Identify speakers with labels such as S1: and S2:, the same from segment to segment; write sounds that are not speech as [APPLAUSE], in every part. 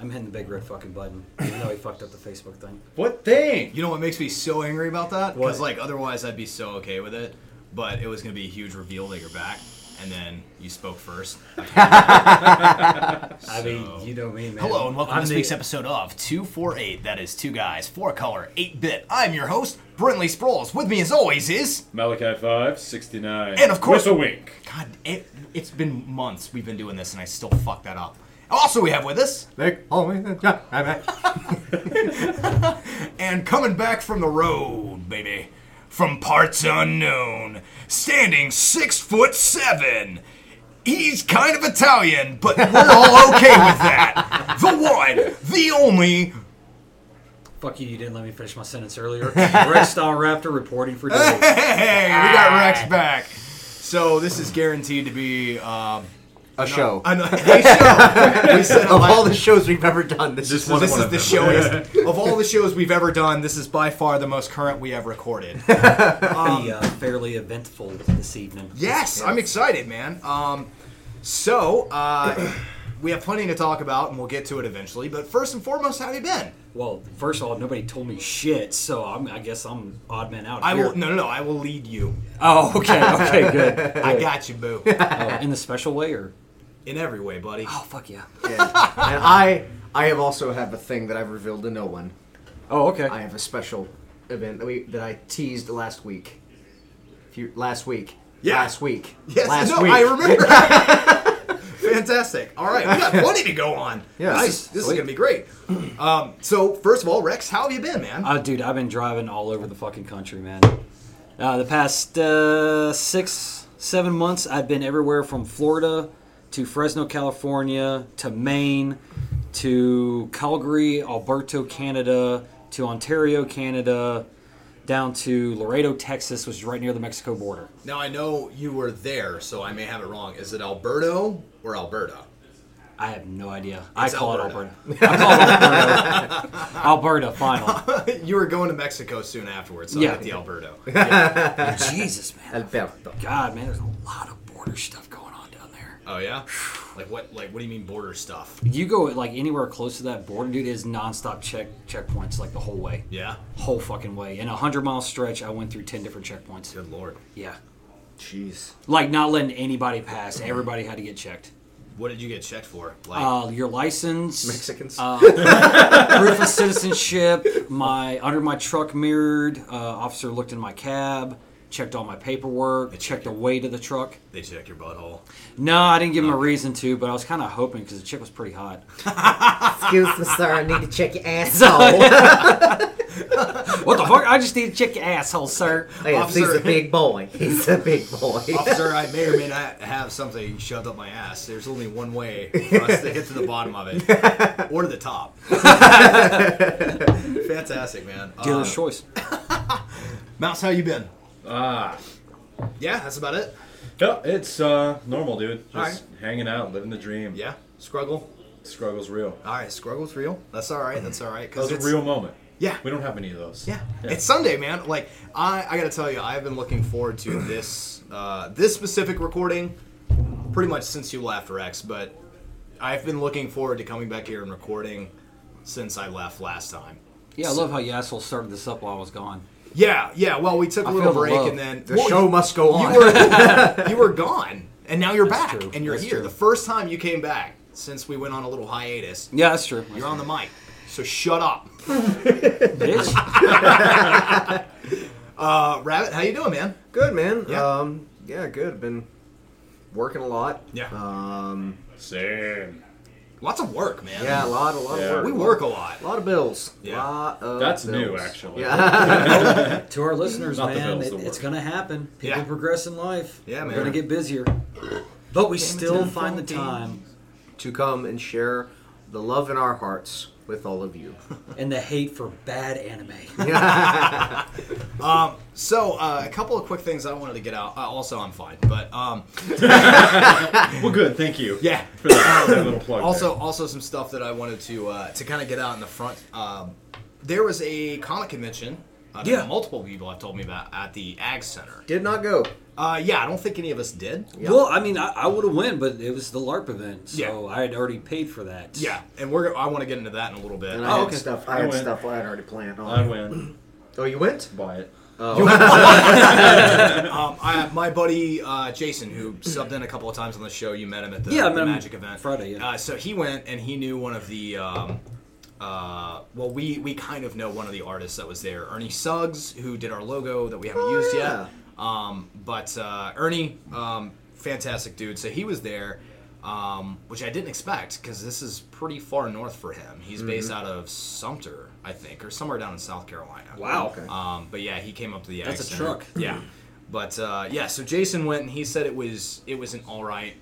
S1: I'm hitting the big red fucking button. Even though he fucked up the Facebook thing.
S2: What thing?
S3: You know what makes me so angry about that?
S1: What?
S3: Because like otherwise I'd be so okay with it, but it was gonna be a huge reveal that you're back, and then you spoke first.
S1: I mean, you know me, man.
S3: Hello and welcome
S1: I'm
S3: to this
S1: the-
S3: week's episode of 248. That is two guys, four color, eight bit. I'm your host, Brinley Sproles. With me as always is
S2: Malachi 5, 69.
S3: And of course-
S2: Whistlewink.
S3: God. It, it's been months we've been doing this, and I still fuck that up. Also, we have with us
S4: They call me the Giant.
S3: and coming back from the road, baby, from parts unknown, standing six foot seven. He's kind of Italian, but we're all okay with that. The one, the only.
S1: Fuck you, you didn't let me finish my sentence
S3: [LAUGHS]
S1: earlier. Red Star Raptor reporting for duty.
S3: Hey, we got Rex back. So this is guaranteed to be um,
S4: A show.
S3: an, a
S4: [LAUGHS]
S3: show. We said it
S4: Of
S3: last-
S4: all the shows we've ever done, this,
S2: This
S4: is one
S2: is
S4: of
S3: this is
S4: them.
S3: the
S4: [LAUGHS]
S3: showiest of all the shows we've ever done. This is by far the most current we have recorded.
S1: Be uh, fairly eventful this evening.
S3: Um, Yes, I'm excited, man. Um, so uh, [CLEARS THROAT] we have plenty to talk about, and we'll get to it eventually. But first and foremost, how have you been?
S1: Well, first of all, nobody told me shit, so I'm, I guess I'm odd man out
S3: I
S1: here.
S3: will no, no, no. I will lead you.
S1: Oh, okay, okay,
S3: [LAUGHS]
S1: good.
S3: I got you, [LAUGHS] boo.
S1: Oh, in the special way, or
S3: In every way, buddy.
S1: oh fuck yeah.
S4: Yeah. [LAUGHS] And I, I have also have a thing that I've revealed to no one.
S1: Oh okay.
S4: I have a special event that, we, that I teased last week. If you- last week.
S3: Yeah.
S4: Last [LAUGHS] week.
S3: Yes,
S4: last
S3: no,
S4: week.
S3: I remember. [LAUGHS] Fantastic. All right, we got plenty to go [LAUGHS] on.
S4: Yeah.
S3: nice. This is
S1: Sweet.
S3: gonna be great. Um, so first of all, Rex, how have you been, man?
S1: Uh, dude, I've been driving all over the fucking country, man. Uh, the past uh, six, seven months, I've been everywhere from Florida to Fresno, California, to Maine, to Calgary, Alberta, Canada, to Ontario, Canada, down to Laredo, Texas, which is right near the Mexico border.
S3: now I know you were there, so I may have it wrong. Is it Alberto or Alberta?
S1: I have no idea. I
S3: It's
S1: call
S3: Alberta.
S1: it Alberta. I call it Alberta. Alberta,
S3: [LAUGHS]
S1: final.
S3: you were going to Mexico soon afterwards, so
S1: Yeah.
S3: I hit the Alberto.
S1: Jesus, man.
S4: Alberto.
S1: God, man, there's a lot of border stuff going on down there.
S3: Oh yeah? Like what like what do you mean border stuff?
S1: You go like anywhere close to that border, dude, it is nonstop check checkpoints like the whole way,
S3: Yeah.
S1: whole fucking way. In a hundred mile stretch, I went through ten different checkpoints.
S3: Good lord.
S1: Yeah,
S4: Jeez.
S1: like not letting anybody pass. Everybody had to get checked.
S3: What did you get checked for? Like
S1: Uh, your license,
S4: Mexicans.
S1: [LAUGHS] proof of citizenship, my under my truck mirrored. Uh, officer looked in my cab, checked all my paperwork, checked the weight of the truck.
S3: they check your butthole.
S1: No, I didn't give him a reason to, but I was kind of hoping because the chick was pretty hot.
S4: [LAUGHS] Excuse me, sir. I need to check your asshole. [LAUGHS]
S1: What the fuck? I just need to check your asshole, sir.
S5: Uh,
S3: Officer.
S4: he's a big [LAUGHS] boy. He's a big boy.
S3: Officer, I may or may not have something shoved up my ass. There's only one way for us to get to the bottom of it. Or to the top. [LAUGHS] Fantastic, man. Uh,
S1: Dealer's choice.
S3: Mouse, how you been?
S2: Ah.
S3: Yeah, that's about it.
S2: No, it's uh, normal, dude. Just
S3: Alright.
S2: hanging out, living the dream.
S3: Yeah. Struggle.
S2: Struggle's real.
S3: All right, struggle's real. That's all right. That's all right.
S2: That was a real moment.
S3: Yeah.
S2: We don't have any of those.
S3: Yeah. It's Sunday, man. Like I, I gotta tell you, I've been looking forward to this uh, this specific recording pretty much since you left, Rex. But I've been looking forward to coming back here and recording since I left last time.
S1: Yeah, I love how you asshole started this up while I was gone.
S3: Yeah, yeah. Well, we took a
S1: I
S3: little
S1: feel the
S3: break
S1: love.
S3: and then
S4: The
S3: Well,
S4: show must go on.
S3: You were,
S1: [LAUGHS]
S3: you were gone, and now you're
S1: That's
S3: back,
S1: true.
S3: and you're
S1: That's
S3: here.
S1: true.
S3: The first time you came back since we went on a little hiatus.
S1: Yeah, that's true.
S3: You're on the mic, so shut up,
S1: [LAUGHS] bitch.
S3: uh, Rabbit. How you doing, man?
S4: Good man.
S3: Yeah.
S4: Um, yeah, good. Been working a lot.
S3: Yeah.
S4: Um,
S2: Same.
S3: Uh, Lots of work, man.
S4: yeah, a lot, a lot
S2: Yeah.
S4: of work.
S3: We work a lot.
S4: A lot of bills.
S3: Yeah.
S4: Lot of
S2: That's new,
S4: bills.
S2: actually.
S4: Yeah. [LAUGHS]
S1: [LAUGHS] to our listeners,
S2: Not the
S1: man,
S2: bills,
S1: it-
S2: the
S1: it's
S2: work.
S1: gonna happen. People
S3: Yeah.
S1: progress in life.
S3: Yeah,
S1: We're
S3: man.
S1: gonna get busier, but we still
S3: it's
S1: find the
S3: unfolding.
S1: time
S4: to come and share the love in our hearts with all of you.
S1: and the hate for bad anime.
S3: So, uh, a couple of quick things I wanted to get out. Uh, also, I'm fine, but um,
S2: Well, good. Thank you.
S3: yeah.
S2: For that, that little plug.
S3: Also, also some stuff that I wanted to uh, to kind of get out in the front. Um, there was a comic convention I
S1: Yeah.
S3: yeah. multiple people have told me about at the Ag Center.
S4: Did not go.
S3: Uh, yeah, I don't think any of us did.
S4: Yeah.
S1: Well, I mean, I, I would have went, but it was the LARP event, so
S3: Yeah.
S1: I had already paid for that.
S3: Yeah, and we're I want to get into that in a little bit.
S4: And
S1: Oh,
S4: I had
S1: okay.
S4: stuff.
S2: I
S4: I had
S2: went.
S4: stuff I had already planned on.
S2: I went.
S4: Oh, you went?
S2: Buy it.
S3: Um, I, my buddy uh, Jason,
S1: [CLEARS THROAT]
S3: who subbed in a couple of times on the show, you met him at the,
S1: Yeah, I
S3: the
S1: met him
S3: Magic event
S1: Friday, yeah.
S3: Uh, so he went and he knew one of the. Um, uh, well, we we kind of know one of the artists that was there, Ernie Suggs, who did our logo that we haven't
S4: Oh,
S3: used
S4: yeah.
S3: yet. Um, but uh, Ernie, um, fantastic dude. So he was there, um, which I didn't expect because this is pretty far north for him.
S1: Mm-hmm.
S3: He's based out of Sumter, I think, or somewhere down in South Carolina.
S1: Wow.
S4: Okay.
S3: Um, but yeah, he came up to the
S1: That's a
S3: Ag Center.
S1: truck.
S3: Yeah. But uh, yeah, so Jason went and he said it was it was an all right.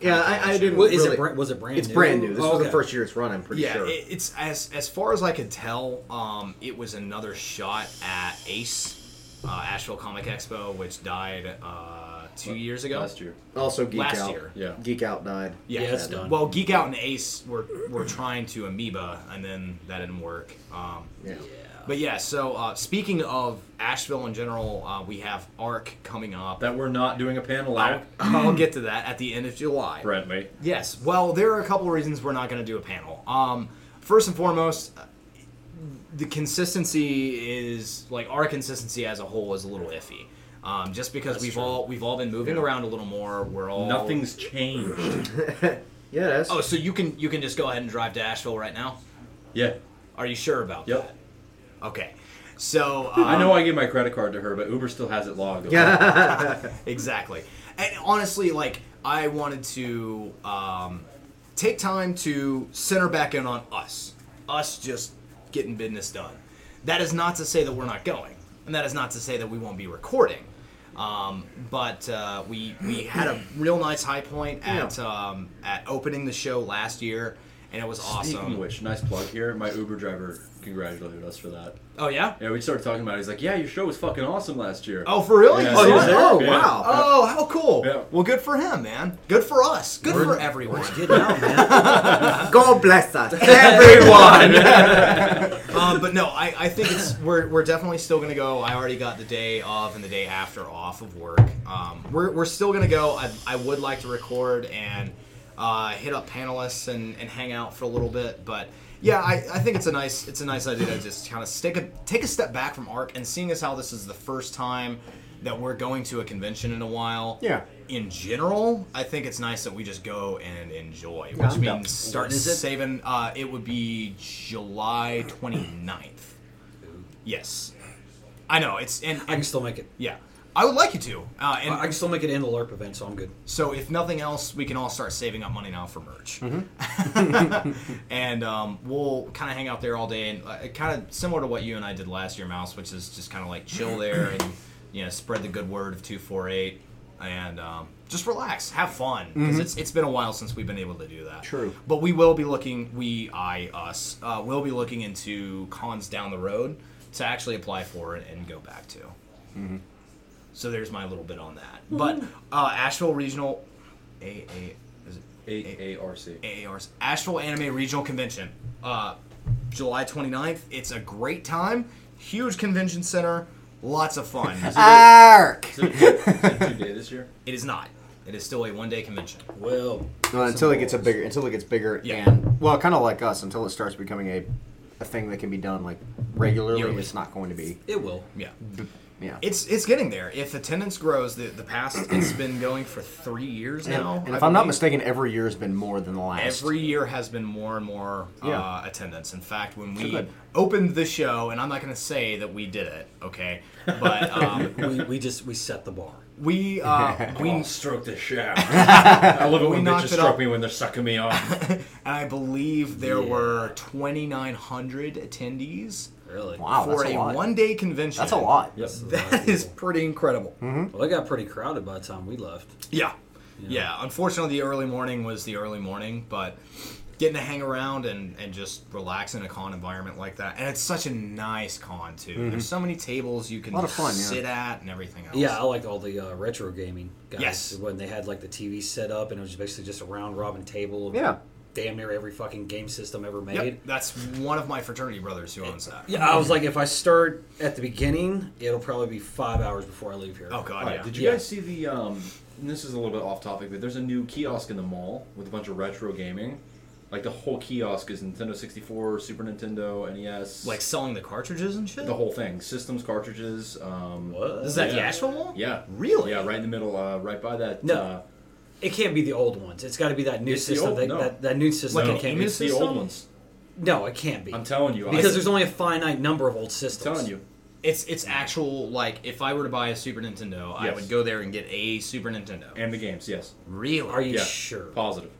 S4: Yeah, I, I didn't.
S1: What, is
S4: really,
S1: it brand, was it brand
S4: It's
S1: new?
S4: brand new. This
S1: Oh,
S4: was
S1: okay.
S4: the first year it's run. I'm pretty
S3: yeah,
S4: sure.
S3: it, it's as as far as I could tell, um, it was another shot at Ace, uh, Asheville Comic Expo, which died uh, two years ago.
S2: Last year.
S4: also, Geek
S3: last
S4: Out.
S3: year.
S2: Yeah.
S4: Geek Out died.
S3: Yeah,
S1: Yeah, it's done.
S3: Well, Geek Out and Ace were were trying to amoeba, and then that didn't work. Um,
S4: Yeah.
S3: But yeah, so uh, speaking of Asheville in general, uh, we have Arc coming up.
S2: That we're not doing a panel
S3: I'll,
S2: at.
S3: I'll get to that at the end of July.
S2: Bradley.
S3: Yes. Well, there are a couple of reasons we're not going to do a panel. Um, first and foremost, uh, the consistency is like our consistency as a whole is a little iffy. Um, just because we've all we've all been moving around a little more, we're all
S2: Nothing's changed.
S4: Yeah, that's.
S3: Oh, so you can you can just go ahead and drive to Asheville right now?
S2: yeah.
S3: Are you sure about
S2: Yep.
S3: that? Okay. So
S2: I
S3: um,
S2: know I gave my credit card to her, but Uber still has it logged.
S4: yeah.
S3: exactly. And honestly, like I wanted to um, take time to center back in on us, us just getting business done. That is not to say that we're not going, and that is not to say that we won't be recording. Um, but uh, we we had a real nice high point at um, at opening the show last year, and it was
S2: Speaking of
S3: awesome.
S2: which, nice plug here. My Uber driver congratulated us for that.
S3: Oh yeah.
S2: Yeah, we started talking about it. He's like, "Yeah, your show was fucking awesome last year."
S3: Oh, for real?
S2: Yeah.
S3: You
S2: Oh,
S3: saw
S2: he was
S3: it?
S2: there?
S4: Oh,
S2: Yeah.
S4: wow.
S3: Oh, how cool!
S2: Yeah.
S3: Well, good for him, man. Good for us. Good for everyone.
S1: Get down, man.
S4: God bless us, everyone.
S3: um, but no, I, I think it's we're, we're definitely still gonna go. I already got the day of and the day after off of work. Um, we're, we're still gonna go. I, I would like to record and uh, hit up panelists and, and hang out for a little bit. But yeah, I, I think it's a nice it's a nice idea to just kind of take a take a step back from Arc and seeing as how this is the first time that we're going to a convention in a while.
S4: Yeah.
S3: In general, I think it's nice that we just go and enjoy, which
S4: Yeah, I'm down.
S3: means start
S1: When is it?
S3: saving. Uh, it would be July 29th. Yes, I know it's and,
S1: I can
S3: and
S1: still make it.
S3: yeah, I would like you to. Uh, and
S1: I can still make it in the LARP event, so I'm good.
S3: so, if nothing else, we can all start saving up money now for merch, [LAUGHS] and um, we'll kind of hang out there all day, and uh, kind of similar to what you and I did last year, Mouse, which is just kind of like chill there and you know spread the good word of two four eight, and um, just relax, have fun, because it's it's been a while since we've been able to do that.
S4: True.
S3: but we will be looking, we I us, uh, will be looking into cons down the road to actually apply for it and go back to. So there's my little bit on that. But uh, Asheville Regional, A A, is it
S2: A A R C. [LAUGHS]
S3: AAR's Asheville Anime Regional Convention, uh, July 29th. It's a great time. Huge convention center. Lots of fun.
S4: Ark.
S2: Is it two day this [LAUGHS] year?
S3: it is not. It is still a one day convention.
S1: Well,
S4: Well, until it gets a bigger, until it gets bigger,
S3: Yeah.
S4: and well, kind of like us, until it starts becoming a, a thing that can be done like regularly,
S3: Yearly.
S4: it's not going to be.
S1: it
S4: [LAUGHS]
S1: will.
S3: Yeah.
S4: Yeah.
S3: It's it's getting there. If attendance grows, the, the past it's been going for three years
S4: and,
S3: now.
S4: and
S3: I
S4: if I'm not
S3: believe.
S4: mistaken, every year has been more than the last.
S3: Every year has been more and more uh,
S4: Yeah.
S3: attendance. In fact, when
S4: So
S3: we
S4: good.
S3: opened the show, and I'm not going to say that we did it, okay,
S4: [LAUGHS]
S3: but um,
S1: We, we just we set the bar.
S3: we uh,
S2: We
S3: we
S4: [LAUGHS]
S3: and
S2: stroke the shaft. [LAUGHS] I love it when
S3: knocked
S2: bitches
S3: it
S2: stroke
S3: up.
S2: me when they're sucking me [LAUGHS] off.
S3: I believe there were 2,900 attendees
S1: Really?
S4: Wow,
S3: for
S4: that's a
S3: a,
S4: lot.
S3: one-day convention.
S4: That's a lot.
S2: Yep.
S3: That is pretty incredible.
S1: Well, it got pretty crowded by the time we left.
S3: Yeah. yeah. Unfortunately, the early morning was the early morning, but getting to hang around and, and just relax in a con environment like that. And it's such a nice con, too. There's so many tables you can
S4: lot of fun, yeah.
S3: sit at and everything else.
S1: Yeah, I liked all the uh, retro gaming guys
S3: Yes.
S1: when they had like the TV set up and it was basically just a round robin table.
S4: Yeah.
S1: damn near every fucking game system ever made.
S3: Yep, that's one of my fraternity brothers who owns that.
S1: Yeah, I was like, if I start at the beginning, it'll probably be five hours before I leave here.
S3: Oh god,
S2: All right,
S3: yeah.
S2: Did you
S1: Yeah.
S2: guys see the? Um, and this is a little bit off topic, but there's a new kiosk in the mall with a bunch of retro gaming. Like the whole kiosk is Nintendo 64, Super Nintendo, NES,
S3: like selling the cartridges and shit.
S2: the whole thing, systems, cartridges. Um,
S1: What?
S3: Is that
S2: Yeah.
S3: the Asheville Mall?
S2: Yeah.
S3: Really?
S2: Yeah, right in the middle, uh, right by that.
S1: No.
S2: Uh,
S1: It can't be the old ones. It's got to be that new
S2: It's the
S1: system.
S2: old-
S1: that,
S2: no.
S1: that, that new system.
S3: Like
S1: that
S3: an
S1: can't
S3: Emu
S1: be.
S2: it's the
S3: system?
S2: old ones.
S1: No, it can't be.
S2: I'm telling you.
S1: because
S2: I,
S1: there's only a finite number of old
S2: I'm
S1: systems.
S2: telling you.
S3: It's it's actual like if I were to buy a Super Nintendo, I
S2: Yes.
S3: would go there and get a Super Nintendo.
S2: And the games, yes.
S3: really?
S1: Are you
S2: Yeah.
S1: sure?
S2: Positive.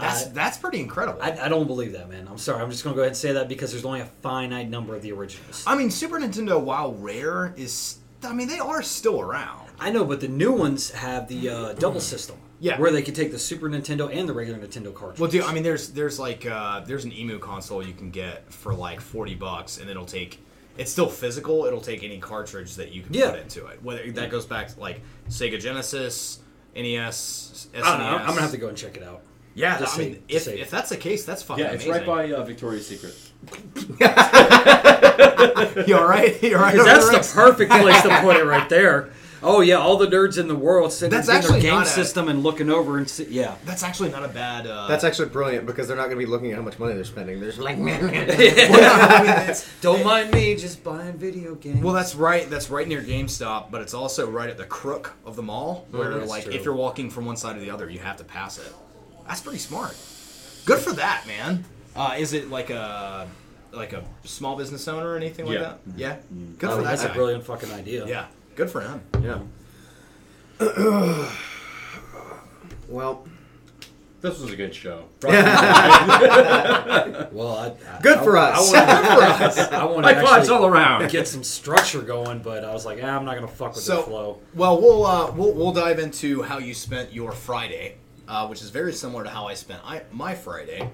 S3: That's
S1: I,
S3: that's pretty incredible. I,
S1: I, I don't believe that, man. I'm sorry. I'm just going to go ahead and say that because there's only a finite number of the originals.
S3: mean, Super Nintendo, while rare, is I mean they are still around.
S1: I know, but the new ones have the uh, double system.
S3: Yeah.
S1: Where they can take the Super Nintendo and the regular Nintendo cartridge.
S3: Well, dude, I mean, there's there's like uh, there's an Emu console you can get for like forty bucks, and it'll take it's still physical. It'll take any cartridge that you can
S1: Yeah.
S3: put into it. Whether that goes back to like Sega Genesis, E NES, SNES.
S1: I don't know. I'm going to have to go and check it out.
S3: E Yeah,
S1: Just
S3: I
S1: say-
S3: mean,
S1: just
S3: if,
S1: say-
S3: if that's the case, that's fucking
S2: Yeah, it's right
S3: amazing.
S2: by uh, Victoria's Secret.
S4: [LAUGHS]
S3: You all right? You all right?
S1: Because
S3: over
S1: that's
S3: there,
S1: the
S3: Rex?
S1: perfect place to put it right there. Oh yeah, all the nerds in the world sitting
S3: That's
S1: in their
S3: actually
S1: game
S3: not a-
S1: system and looking over and see,
S3: [LAUGHS]
S1: yeah,
S3: That's actually not a bad. Uh,
S4: That's actually brilliant because they're not going to be looking at how much money they're spending. They're just like,
S3: [LAUGHS]
S1: [LAUGHS]
S3: I mean, it's-
S1: don't mind me, just buying video games.
S3: Well, that's right. That's right near GameStop, but it's also right at the crook of the mall, where
S1: that's
S3: like
S1: true.
S3: if you're walking from one side to the other, you have to pass it. That's pretty smart. Good for that, man. Uh, is it like a like a small business owner or anything like
S2: Yeah.
S3: that? Yeah. Good
S1: Oh,
S3: for
S1: that's
S3: that.
S1: a
S3: guy.
S1: brilliant fucking idea.
S3: Yeah. Good for him.
S4: yeah. [CLEARS THROAT] well,
S2: This was a good show. High
S1: Well, I, I,
S4: [LAUGHS] good for
S1: I,
S4: us.
S1: I want to
S2: fives
S1: actually
S2: all [LAUGHS] around.
S1: get some structure going, but I was like, ah, I'm not gonna fuck with the
S3: So,
S1: flow.
S3: well, we'll, uh, we'll we'll dive into how you spent your Friday, uh, which is very similar to how I spent I, my Friday.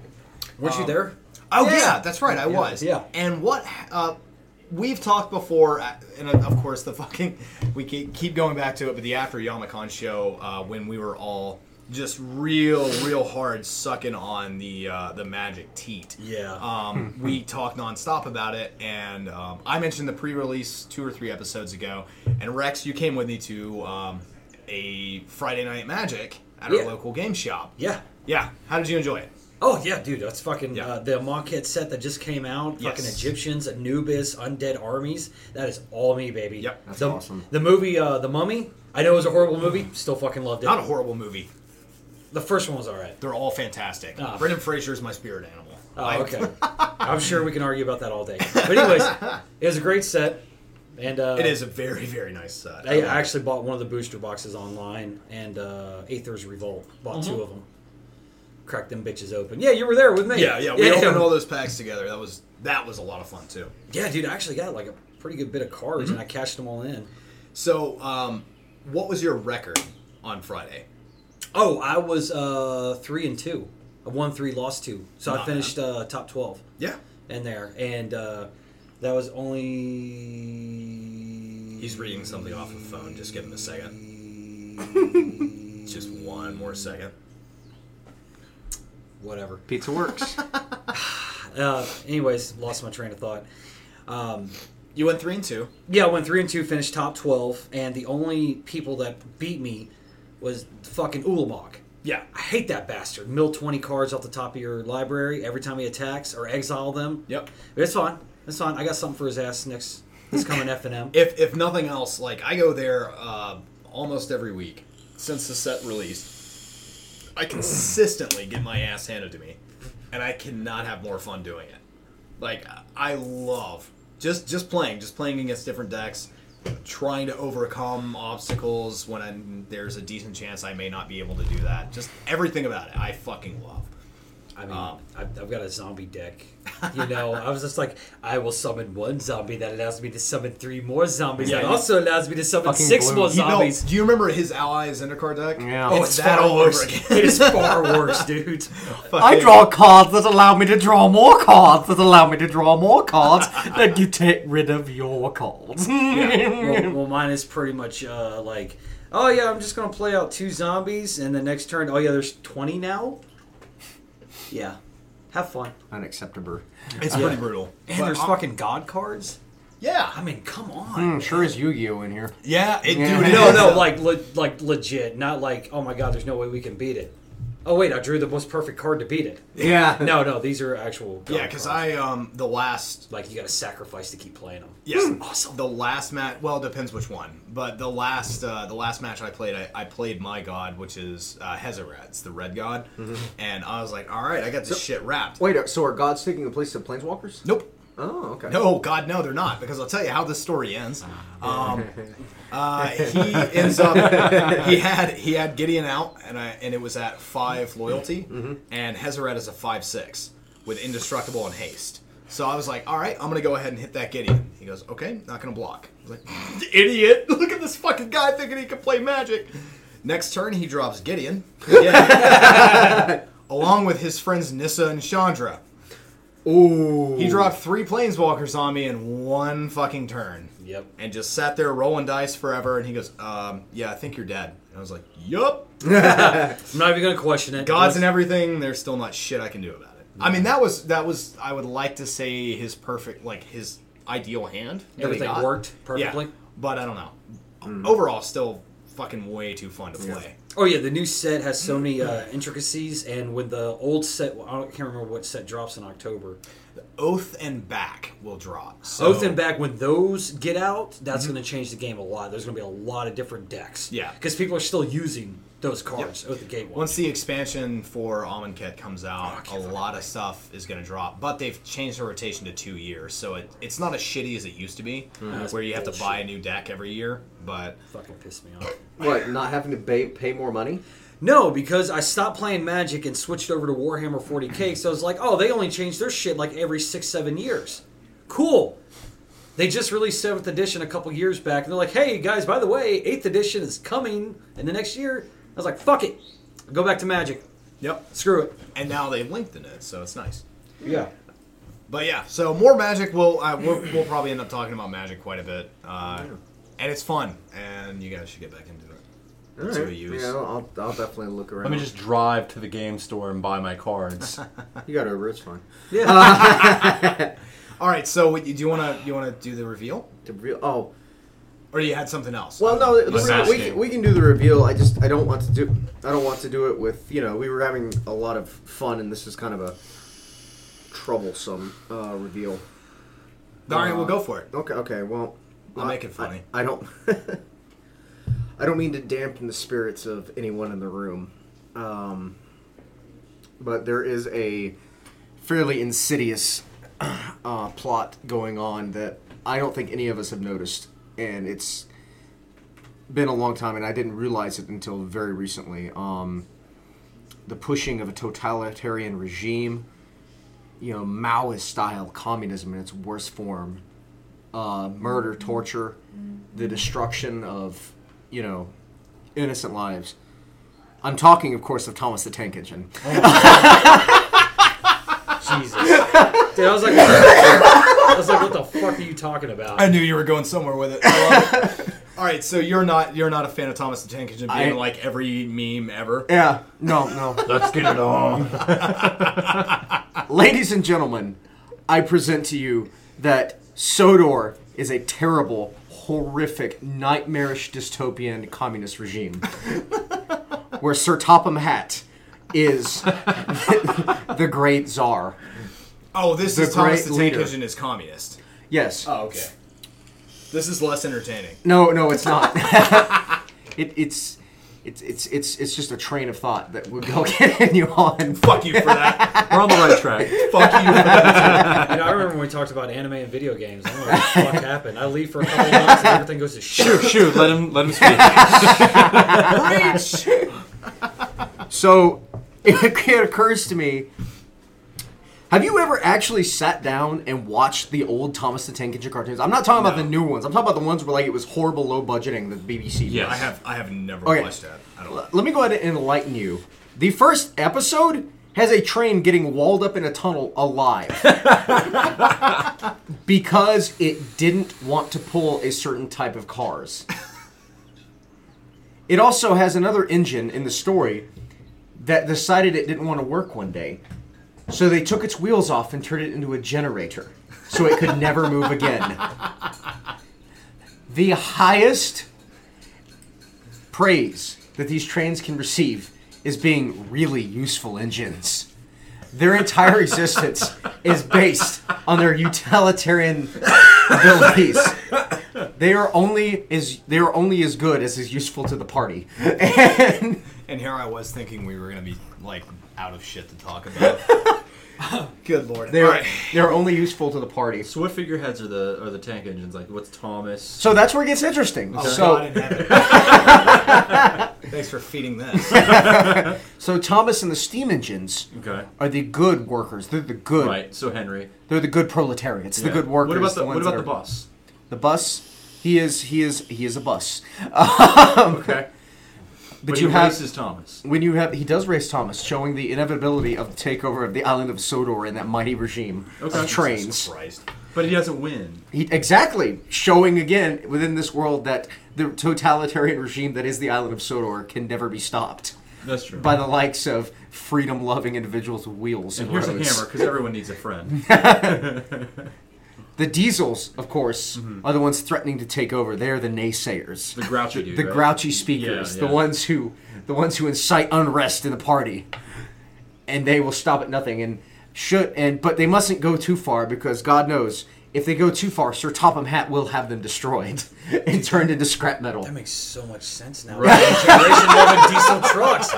S1: Weren't you there?
S3: Oh yeah, that's right. I was.
S1: yeah.
S3: And what uh, we've talked before, uh, and uh, of course the [LAUGHS] fucking we keep, keep going back to it, but the after Yamacon show uh, when we were all just real, real hard sucking on the uh, the magic teat.
S1: Yeah.
S3: Um, we talked nonstop about it, and um, I mentioned the pre-release two or three episodes ago, and Rex, you came with me to um, a Friday night magic at
S1: Yeah.
S3: our local game shop.
S1: Yeah.
S3: Yeah. How did you enjoy it?
S1: Oh yeah, dude, that's fucking
S3: Yeah.
S1: uh, the Mockhead set that just came out. Fucking
S3: Yes.
S1: Egyptians, Anubis, undead armies. That is all me, baby.
S3: Yep. That's
S1: the,
S4: awesome.
S1: The movie, uh, The Mummy. I know it was a horrible movie. Still fucking loved it.
S3: Mm. Not a horrible movie.
S1: The first one was
S3: [LAUGHS]
S1: all right.
S3: They're all fantastic.
S1: Ah.
S3: Brendan Fraser is my spirit animal. I-
S1: Oh, okay.
S3: [LAUGHS]
S1: I'm sure we can argue about that all day. But anyways, it was a great set, and uh,
S3: It is a very, very nice uh, set.
S1: I actually bought one of the booster boxes online, and uh, Aether's Revolt bought
S3: Mm-hmm.
S1: two of them. Cracked them bitches open. Yeah, you were there with me.
S3: yeah, yeah. We opened all those packs together. That was that was a lot of fun too.
S1: Yeah, dude, I actually got like a pretty good bit of cards,
S3: Mm-hmm.
S1: and I cashed them all in.
S3: So, um, what was your record on Friday?
S1: Oh, I was uh, three and two. I won three, lost two. So I
S3: Not
S1: finished uh, top twelve
S3: Yeah,
S1: in there, and uh, that was only
S3: he's reading something off the phone. Just give him a second. Just one more second.
S1: whatever.
S4: Pizza works.
S1: [SIGHS] Uh, anyways, lost my train of thought. Um,
S3: You went three and two.
S1: yeah, I went three and two, finished top twelve, and the only people that beat me was fucking Ulamog.
S3: Yeah,
S1: I hate that bastard. Mill twenty cards off the top of your library every time he attacks or exile them.
S3: Yep.
S1: But it's fine. It's fine. I got something for his ass next.
S3: [LAUGHS]
S1: This coming F and M.
S3: if if nothing else, like I go there uh, almost every week since the set released. I consistently get my ass handed to me, and I cannot have more fun doing it. Like I love just just playing, just playing against different decks, trying to overcome obstacles when I'm, there's a decent chance I may not be able to do that. Just everything about it, I fucking love.
S1: I mean,
S3: Um,
S1: I've, I've got a zombie
S3: [LAUGHS]
S1: deck. You know, I was just like, I will summon one zombie that allows me to summon three more zombies.
S3: Yeah,
S1: that
S3: you-
S1: also allows me to summon
S4: Fucking
S1: six
S4: blue.
S1: more
S3: You know-
S1: zombies.
S3: do you remember his ally Zendikar deck?
S4: Yeah.
S1: Oh,
S3: it's, that all over again.
S1: It is [LAUGHS] far worse, dude.
S4: I draw cards that allow me to draw more cards that allow me to draw more cards. then you take rid of your cards.
S1: [LAUGHS] well, well, mine is pretty much uh, like, oh yeah, I'm just gonna play out two zombies, and the next turn, oh yeah, there's twenty now. Yeah. Have fun.
S4: [LAUGHS] Unacceptable.
S3: It's
S1: Yeah.
S3: pretty brutal.
S1: And
S3: But uh,
S1: there's
S3: I'm-
S1: fucking god cards. I
S3: Yeah,
S1: mean, come on.
S4: Hmm, sure is Yu-Gi-Oh in here.
S3: yeah, it,
S4: Yeah.
S3: dude. it
S1: No,
S3: is.
S1: no, like le- like legit, not like oh my god, there's no way we can beat it. Oh wait, I drew the most perfect card to beat it.
S4: [LAUGHS] Yeah.
S1: No, no, these are actual. God
S3: yeah, because
S1: cards.
S3: I um the last
S1: like you got to sacrifice to keep playing them.
S3: yes
S1: Hmm, Awesome.
S3: the last match. Well, it depends which one, but the last uh, the last match I played, I, I played my god, which is uh, Hezerad's, the red god,
S1: Mm-hmm.
S3: and I was like, all right, I got this shit wrapped.
S5: Wait, uh, so are gods taking the place of planeswalkers?
S3: Nope.
S5: Oh, okay.
S3: No, God, no, they're not, because I'll tell you how this story ends. Um, uh, he ends up he had he had Gideon out, and I and it was at five loyalty, and Hezeret is a five six with indestructible and haste. So I was like, all right, I'm gonna go ahead and hit that Gideon. He goes, okay, not gonna block. I was like, [LAUGHS] idiot! Look at this fucking guy thinking he can play magic. Next turn, he drops Gideon, [LAUGHS] along with his friends Nissa and Chandra.
S4: Ooh.
S3: He dropped three planeswalkers on me in one fucking turn.
S1: Yep.
S3: And just sat there rolling dice forever. And he goes, um, yeah, I think you're dead. And I was like, yup.
S1: I'm not even gonna question it.
S3: Gods and
S1: Once-
S3: everything, there's still not shit I can do about it. I mean, that was, that was, I would like to say his perfect, like his ideal hand. that he
S1: Everything
S3: got.
S1: worked perfectly?
S3: Yeah, but I don't know. Overall, still fucking way too fun to play.
S1: Oh yeah, the new set has so many uh, intricacies, and when the old set, I don't- can't remember what set drops in October.
S3: Oath and Back will drop. So,
S1: Oath and back when those get out, that's going to change the game a lot. There's going to be a lot of different decks.
S3: Mm-hmm. Yeah.
S1: because people are still using those cards. Oath and Gateway.
S3: Once the expansion for Amonkhet comes
S1: Oh, I
S3: out,
S1: can't
S3: a lot of stuff is going to drop. But they've changed the rotation to two years, so it, it's not as shitty as it used to be,
S1: Mm-hmm. That's
S3: where you have to buy a
S1: bullshit.
S3: new deck every year. But
S1: fucking pissed me off.
S5: What, not having to pay, pay more money?
S1: No, because I stopped playing Magic and switched over to Warhammer 40k. So I was like, oh, they only change their shit like every six, seven years. Cool. They just released seventh edition a couple years back, and they're like, hey guys, by the way, eighth edition is coming in the next year. I was like, fuck it, go back to Magic.
S3: yep,
S1: Screw it.
S3: and now they've linked in it, so it's nice.
S1: Yeah.
S3: But yeah, so more magic. We'll uh, we'll, we'll probably end up talking about magic quite a bit, uh, and it's fun, and you guys should get back into it. That's what we use.
S5: Yeah, I'll, I'll definitely look around.
S2: Let me just drive to the game store and buy my [LAUGHS] cards.
S5: You got over, it's fine.
S1: Yeah.
S3: All right, so what, do you want to you want to do the reveal,
S5: To real, oh,
S3: or you had something else?
S5: well, no, the
S2: Let's
S5: reveal-
S2: ask
S5: we,
S2: him.
S5: can, we can do the reveal. I just, I don't want to do, I don't want to do it with, you know, we were having a lot of fun, and this is kind of a troublesome uh, reveal.
S3: all right, we'll
S1: uh,
S3: go for it.
S5: Okay, okay, well,
S3: I'll
S5: I-
S3: make it funny.
S5: I, I don't, [LAUGHS] I don't mean to dampen the spirits of anyone in the room, um, but there is a fairly insidious [CLEARS THROAT] uh, plot going on that I don't think any of us have noticed, and it's been a long time, and I didn't realize it until very recently. Um, the pushing of a totalitarian regime, you know, Maoist style communism in its worst form, uh, murder, torture, the destruction of, you know, innocent lives. I'm talking, of course, of Thomas the Tank Engine.
S1: Jesus. [LAUGHS] Dude, I was like, I was like, what the fuck are you talking about?
S3: I knew you were going somewhere with it. I love it. All right, so you're not you're not a fan of Thomas the Tank Engine being
S5: I-
S3: like every meme ever.
S5: Yeah, no, no.
S2: Let's get it [LAUGHS] on.
S5: Ladies and gentlemen, I present to you that Sodor is a terrible, horrific, nightmarish dystopian communist regime. where Sir Topham Hatt is [LAUGHS] the great czar.
S3: Oh, this
S5: The
S3: is Thomas
S5: great
S3: the Tank
S5: leader.
S3: Engine is communist.
S5: Yes.
S3: okay. This is less entertaining.
S5: No, no, it's not. [LAUGHS] it, it's it's it's it's it's just a train of thought that would go [LAUGHS] continue on.
S3: Fuck you for that.
S2: We're on the right track.
S3: Fuck you. For that.
S1: Dude, I remember when we talked about anime and video games. I don't know what the fuck happened. I leave for a couple months and everything goes to shit.
S2: Shoot, let him let him [LAUGHS] speak.
S5: So it, it occurs to me. Have you ever actually sat down and watched the old Thomas the Tank Engine cartoons? I'm not talking about the new ones. I'm talking about the ones where like it was horrible low budgeting that BBC. did.
S2: Yes.
S3: I have I have never
S5: Okay.
S3: watched that. I don't.
S5: Let me go ahead and enlighten you. The first episode has a train getting walled up in a tunnel alive. because it didn't want to pull a certain type of cars. It also has another engine in the story that decided it didn't want to work one day So they took its wheels off and turned it into a generator, so it could never move again. The highest praise that these trains can receive is being really useful engines. Their entire existence is based on their utilitarian abilities. They are only as they are only as good as is useful to the party. And
S3: And here I was thinking we were gonna be like out of shit to talk about. Good lord.
S5: they're
S3: All right.
S5: they're only useful to the party.
S2: So what figureheads are the are the tank engines? Like what's Thomas?
S5: So that's where it gets interesting.
S3: Oh,
S5: so
S3: God in heaven. [LAUGHS] Thanks for feeding this.
S5: so Thomas and the steam engines
S2: okay.
S5: are the good workers. They're the good.
S2: Right. So Henry.
S5: They're the good proletariats. The
S2: Yeah.
S5: good workers.
S2: What about the,
S5: ones
S2: what about
S5: that
S2: the
S5: are-
S2: bus?
S5: The bus. He is. He is. He is a bus.
S2: [LAUGHS] Okay.
S5: But
S2: But
S5: you
S2: you
S5: have-
S2: is Thomas.
S5: When you have, he does race Thomas, showing the inevitability of the takeover of the island of Sodor and that mighty regime
S2: Okay.
S5: of trains.
S3: Christ.
S2: But he doesn't win.
S5: He, exactly, showing again within this world that the totalitarian regime that is the island of Sodor can never be stopped
S2: That's true.
S5: by the likes of freedom-loving individuals with wheels
S2: and
S5: and,
S2: here's a
S5: roads.
S2: hammer because everyone needs a [LAUGHS] friend.
S5: The diesels, of course,
S2: Mm-hmm.
S5: are the ones threatening to take over. They are the naysayers,
S2: The grouchy dude.
S5: the
S2: right?
S5: grouchy speakers,
S2: Yeah, yeah.
S5: the ones who, the ones who incite unrest in the party, and they will stop at nothing. And should and but they mustn't go too far because God knows if they go too far, Sir Topham Hatt will have them destroyed [LAUGHS] and turned into scrap metal.
S4: That makes so much sense now.
S2: Right.
S4: The generation of diesel trucks.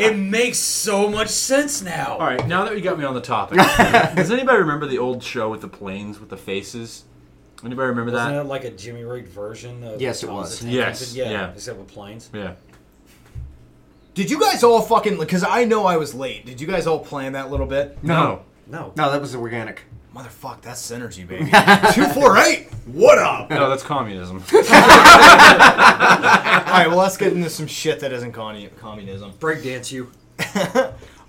S4: It makes so much sense now.
S2: All right, now that you got me on the topic,
S3: [LAUGHS]
S2: does anybody remember the old show with the planes with the faces? Anybody remember
S4: Isn't
S2: that?
S4: that like a Jimmy rigged version of
S5: Yes, it
S4: Thomas
S5: was.
S4: the Tank
S2: Yes,
S4: Engine?
S2: yeah.
S4: except with planes.
S2: Yeah.
S3: Did you guys all fucking? Because I know I was late. Did you guys all plan that little bit?
S2: No.
S4: No,
S5: no, that was organic.
S3: Motherfuck, that's synergy, baby. [LAUGHS] Two four eight. What up?
S2: No, that's
S3: [LAUGHS]
S2: communism.
S3: All right, well let's get into some shit that isn't con- communism.
S4: breakdance you.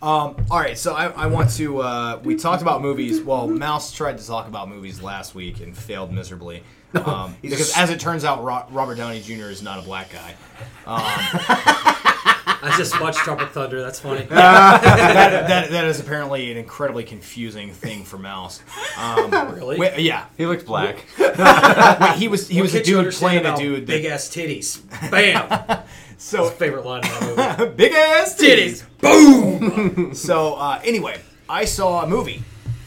S3: Um, all right, so I, I want to. Uh, we talked about movies. Well, Mouse tried to talk about movies last week and failed [LAUGHS] miserably. Um, because as it turns out, Ro- Robert Downey Jr. is not a black [LAUGHS] guy.
S4: I just watched Tropic Thunder. That's funny.
S3: that, that, that is apparently an incredibly confusing thing for Mouse. [LAUGHS] Um,
S4: really?
S3: wait, yeah,
S2: he looks black.
S3: wait, he was he
S4: What
S3: was a
S4: can't you
S3: dude
S4: understand
S3: playing a
S4: about
S3: dude that
S4: Big ass titties. Bam.
S3: so
S4: Favorite line in that
S3: [LAUGHS]
S4: movie.
S3: big ass
S4: Titties.
S3: [LAUGHS] So uh, anyway, I saw a movie,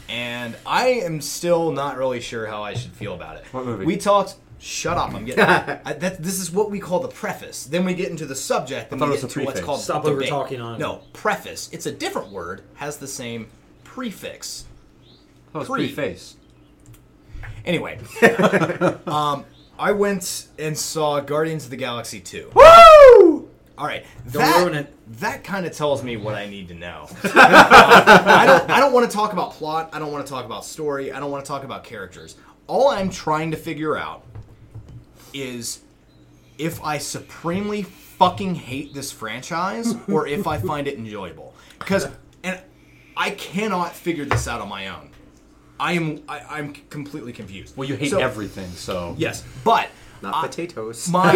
S3: and I am still not really sure how I should feel about it.
S2: What movie?
S3: We talked. Shut up!
S2: [LAUGHS]
S3: I'm getting. I, that, this is what we call the preface. Then we get into the subject. Then
S2: thought
S3: we
S2: it
S3: get
S2: was a
S3: into what's
S2: preface.
S3: called
S4: Stop
S3: the
S4: over
S3: debate.
S4: talking on-
S3: No preface. It's a different word. Has the same prefix.
S2: Oh, it's
S3: Creep.
S2: pretty face. [LAUGHS]
S3: Anyway, um, I went and saw Guardians of the Galaxy two.
S5: Woo!
S3: All right, don't
S4: ruin it.
S3: That kind of tells me what I need to know. Um, I don't. I don't want to talk about plot. I don't want to talk about story. I don't want to talk about characters. All I'm trying to figure out is if I supremely fucking hate this franchise or if I find it enjoyable. Because and I cannot figure this out on my own. I am. I, I'm completely confused.
S2: Well, you hate
S3: So-
S2: everything, so.
S3: Yes, but
S5: Not
S3: I-
S2: [LAUGHS]
S5: potatoes.
S3: My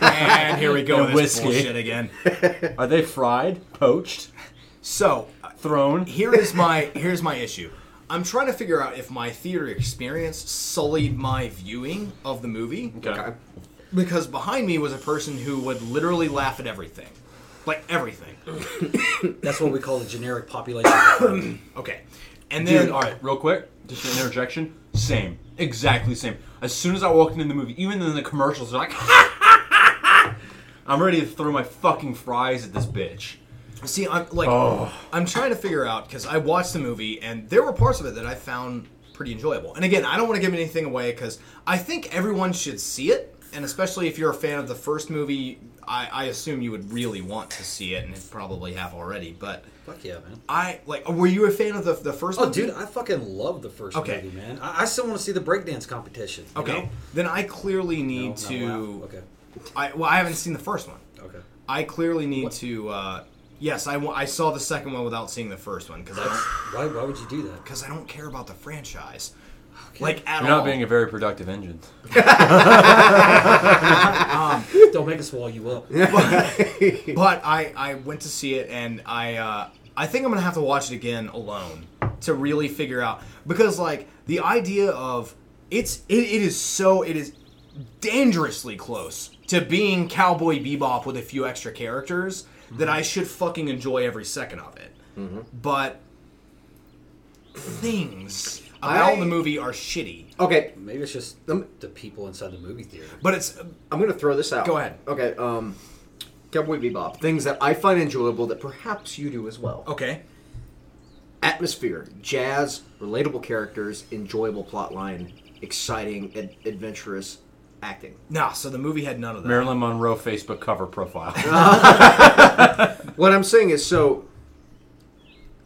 S3: and here we go with
S2: And
S3: this
S2: whiskey.
S3: bullshit again.
S2: Are they fried, poached,
S3: So
S2: thrown?
S3: here is my here's my issue. I'm trying to figure out if my theater experience sullied my viewing of the movie
S2: Okay.
S3: because behind me was a person who would literally laugh at everything, like everything.
S4: That's what we call the generic population.
S3: Okay, and
S2: Dude,
S3: then
S2: all right, real quick, just an interjection. Same, exactly same. As soon as I walked into the movie, even in the commercials, they're like, [LAUGHS] I'm ready to throw my fucking fries at this bitch.
S3: See, I'm like, I'm trying to figure out because I watched the movie and there were parts of it that I found pretty enjoyable. And again, I don't want to give anything away because I think everyone should see it, and especially if you're a fan of the first movie, I, I assume you would really want to see it, and probably have already. But
S4: Fuck yeah, man.
S3: I like, were you a fan of the the first?
S4: Oh,
S3: movie?
S4: dude, I fucking love the first
S3: Okay.
S4: movie, man. I, I still want to see the breakdance competition. you
S3: okay,
S4: know? Oh,
S3: then I clearly
S4: No,
S3: need
S4: not
S3: to.
S4: loud. Okay.
S3: I well, I haven't seen the first one.
S4: Okay.
S3: I clearly need to. Uh, yes, I wa- I saw the second one without seeing the first one
S4: [GASPS]
S3: because I don't.
S4: Why, why would you do
S5: [LAUGHS]
S4: that?
S3: because I don't care about the franchise. Like at
S2: You're
S3: all.
S2: not being a very productive engine.
S4: Don't make us wall you up.
S3: but I, I went to see it and I uh, I think I'm gonna have to watch it again alone to really figure out because like the idea of it's it, it is so it is dangerously close to being Cowboy Bebop with a few extra characters that I should fucking enjoy every second of it. But things about
S5: I-
S3: the movie are shitty.
S5: Okay,
S1: Maybe it's just
S5: Um,
S1: the people inside the movie theater.
S3: But it's
S5: I'm gonna throw this out.
S3: Go ahead.
S5: Okay, um, Cowboy Bebop. Things that I find enjoyable that perhaps you do as well.
S3: okay.
S5: Atmosphere, jazz, relatable characters, enjoyable plot line, exciting, ad- adventurous acting.
S3: Nah, so the movie had none of that.
S2: Marilyn Monroe Facebook cover profile.
S5: What I'm saying is, so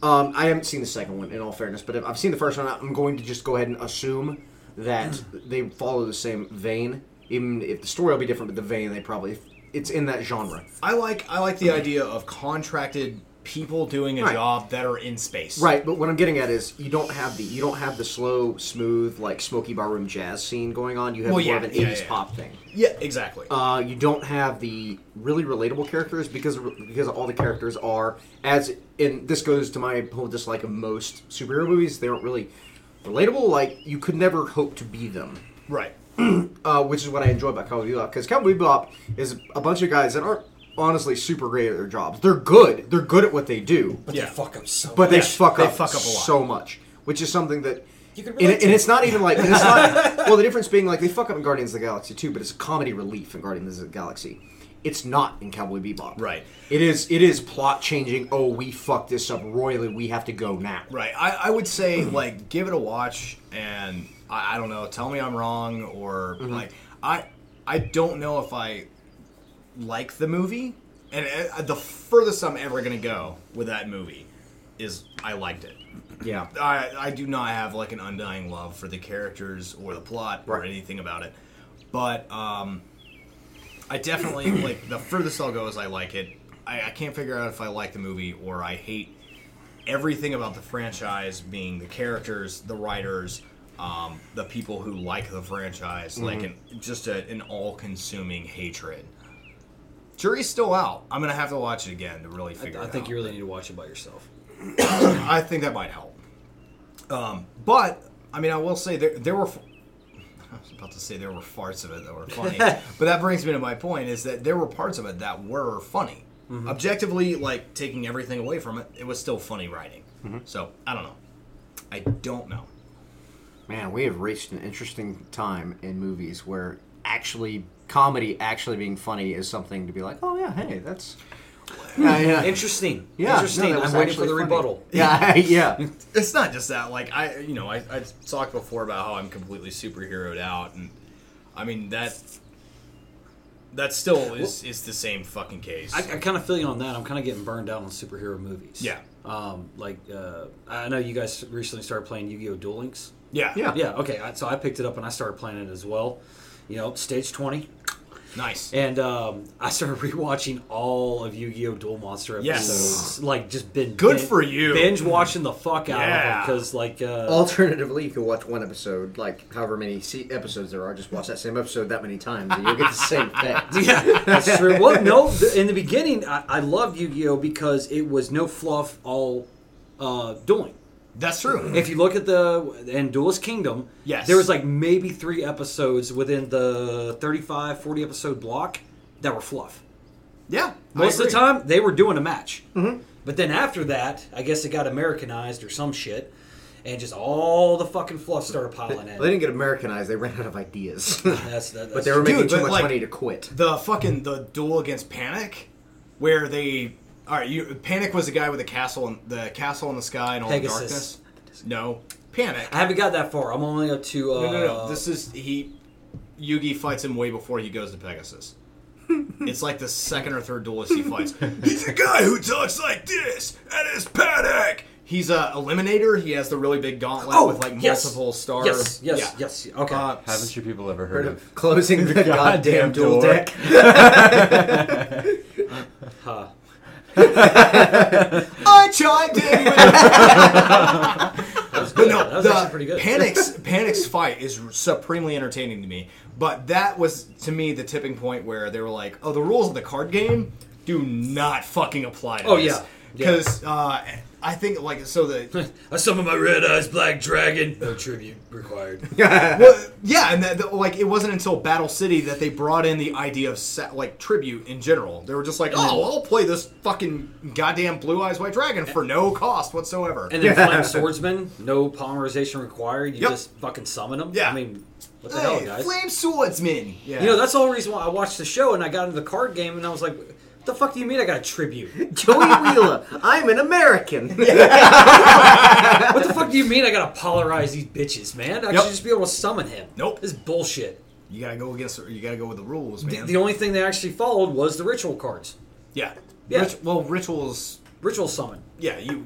S5: um, I haven't seen the second one. In all fairness, but if I've seen the first one. I'm going to just go ahead and assume
S3: [CLEARS THROAT]
S5: that they follow the same vein, even if the story will be different. But the vein, they probably it's in that genre.
S3: I like I like the idea of contracted people doing a
S5: Right.
S3: job that are in space.
S5: Right, but what I'm getting at is you don't have the you don't have the slow, smooth, like smoky barroom jazz scene going on. You have
S3: Well,
S5: more
S3: yeah,
S5: of an
S3: yeah,
S5: '80s
S3: yeah.
S5: pop thing.
S3: Yeah, exactly.
S5: Uh, you don't have the really relatable characters because because all the characters are as in this goes to my whole dislike of most superhero movies. They aren't really relatable. Like you could never hope to be them,
S3: right.
S5: uh, which is what I enjoy about Cowboy Bebop because Cowboy Bebop is a bunch of guys that aren't honestly super great at their jobs. They're good. They're good at what they do.
S1: But
S3: Yeah.
S1: they fuck up so.
S5: But they
S3: Yeah,
S5: fuck
S3: they
S5: up,
S3: fuck up a lot.
S5: so much, which is something that.
S1: You can
S5: and,
S1: relate
S5: it- and
S1: to
S5: it's not even like and it's
S1: [LAUGHS]
S5: not, well the difference being like they fuck up in Guardians of the Galaxy too, but it's comedy relief in Guardians of the Galaxy. It's not in Cowboy Bebop.
S3: Right.
S5: It is it is plot changing. Oh, we fucked this up royally. We have to go now.
S3: Right. I, I would
S5: [CLEARS THROAT]
S3: say like give it a watch and I, I don't know, tell me I'm wrong or
S5: Mm-hmm.
S3: like I I don't know if I like the movie and uh, the furthest I'm ever going to go with that movie is I liked it.
S5: Yeah.
S3: I, I do not have like an undying love for the characters or the plot or
S5: Right.
S3: anything about it, but um, I definitely like the furthest I'll go is I like it. I, I can't figure out if I like the movie or I hate everything about the franchise, being the characters, the writers, um, the people who like the franchise, like an, just a, an all-consuming hatred. Jury's still out. I'm gonna have to watch it again to really figure.
S1: I
S3: it
S1: think
S3: out.
S1: you really need to watch it by yourself.
S3: I think that might help. Um, but I mean, I will say there there were. [LAUGHS] I was about to say there were parts of it that were funny, but that brings me to my point: is that there were parts of it that were funny. Objectively, like taking everything away from it, it was still funny writing. So I don't know. I don't know.
S5: Man, we have reached an interesting time in movies where actually comedy actually being funny is something to be like, oh yeah, hey, that's [LAUGHS] yeah, yeah.
S1: Interesting.
S5: Yeah, no,
S1: Interesting.
S5: that was
S1: I'm waiting for
S5: actually
S1: the
S5: funny.
S1: rebuttal.
S5: [LAUGHS]
S3: [LAUGHS]
S5: Yeah, yeah.
S3: It's not just that. Like I, you know, I I talked before about how I'm completely superheroed out, and I mean that. That still is is the same fucking case.
S1: I, I kind of feel you on that. I'm kind of getting burned out on superhero movies.
S3: Yeah.
S1: Um, like uh, I know you guys recently started playing Yu-Gi-Oh! Duel Links.
S3: yeah.
S5: Yeah.
S1: Yeah. Okay. I, so I picked it up and I started playing it as well. You know, stage twenty,
S3: Nice.
S1: and um, I started [LAUGHS] rewatching all of Yu-Gi-Oh! Duel Monster
S3: Yes.
S1: episodes. Like just been
S3: Good
S1: bin-
S3: for you.
S1: Binge watching the fuck out
S3: Yeah.
S1: of them because like uh,
S5: Alternatively, you can watch one episode, like however many se- episodes there are, just watch that same episode that many times, and you'll get the [LAUGHS] same effect.
S1: Yeah, [LAUGHS] that's true. Well, no, th- in the beginning, I, I loved Yu Gi Oh because it was no fluff, all uh, dueling.
S3: That's true.
S1: If you look at the and Duelist Kingdom,
S3: Yes.
S1: there was like maybe three episodes within the 35, 40 episode block that were fluff.
S3: yeah. I
S1: Most of the
S3: agree. Mm-hmm.
S1: time, they were doing a match. But then after that, I guess it got Americanized or some shit, and just all the fucking fluff started piling
S5: They
S1: in.
S5: didn't get Americanized; they ran out of ideas.
S1: That's, that, that's
S5: [LAUGHS] but they were making
S3: Dude,
S5: too
S3: but,
S5: much
S3: like-
S5: money to quit.
S3: The fucking the duel against Panic, where they all right. You Panic was the guy with the castle and the castle in the sky and all
S1: Pegasus.
S3: the darkness. No, Panic.
S1: I haven't got that far. I'm only up to uh,
S3: No, no, no. This is he. Yugi fights him way before he goes to Pegasus.
S1: [LAUGHS]
S3: it's like the second or third duelist he fights. He's a guy who talks like this, and it's Panic. He's a eliminator. He has the really big gauntlet
S1: Oh,
S3: with like
S1: yes.
S3: multiple stars.
S1: Yes, yes,
S3: Yeah.
S1: yes. Okay.
S3: Uh,
S2: [LAUGHS] Haven't you people ever heard,
S5: Heard
S2: of?
S5: of [LAUGHS] closing the goddamn,
S2: goddamn
S5: dual
S2: door.
S5: deck.
S1: Huh.
S3: I chimed in. With
S1: That was
S3: but
S1: good. [LAUGHS]
S3: no,
S1: that was
S3: the
S1: actually pretty good.
S3: Panic's
S1: [LAUGHS]
S3: Panic's fight is supremely entertaining to me. But that was to me the tipping point where they were like, "Oh, the rules of the card game do not fucking apply to
S1: Oh,
S3: this."
S1: yeah.
S3: because uh, I think like so
S1: [LAUGHS]
S3: the
S1: I summon Uh, my red eyes black dragon. No tribute
S3: [LAUGHS]
S1: required.
S3: well, yeah, and that, that- like it wasn't until Battle City that they brought in the idea of sa- like tribute in general. They were just like, oh, I'll play this fucking goddamn Blue Eyes White Dragon for no cost whatsoever.
S1: And then
S3: [LAUGHS]
S1: Flame Swordsman, no polymerization required. You
S3: Yep.
S1: just fucking summon them.
S3: Yeah.
S1: I mean, what the hell,
S3: hey,
S1: guys?
S3: Flame Swordsman. Yeah,
S1: You know, that's the whole reason why I watched the show and I got into the card game and I was like, what the fuck do you mean I got a tribute?
S5: [LAUGHS] Joey Wheeler, I'm an American.
S1: What the fuck do you mean I gotta polarize these bitches, man? I
S3: Yep.
S1: should just be able to summon him.
S3: Nope.
S1: This is bullshit.
S3: you gotta go against. You gotta go with the rules,
S1: The,
S3: man.
S1: the only thing they actually followed was the ritual cards.
S3: yeah,
S1: Yeah.
S3: Rit- well, rituals.
S1: Ritual summon.
S3: Yeah, you.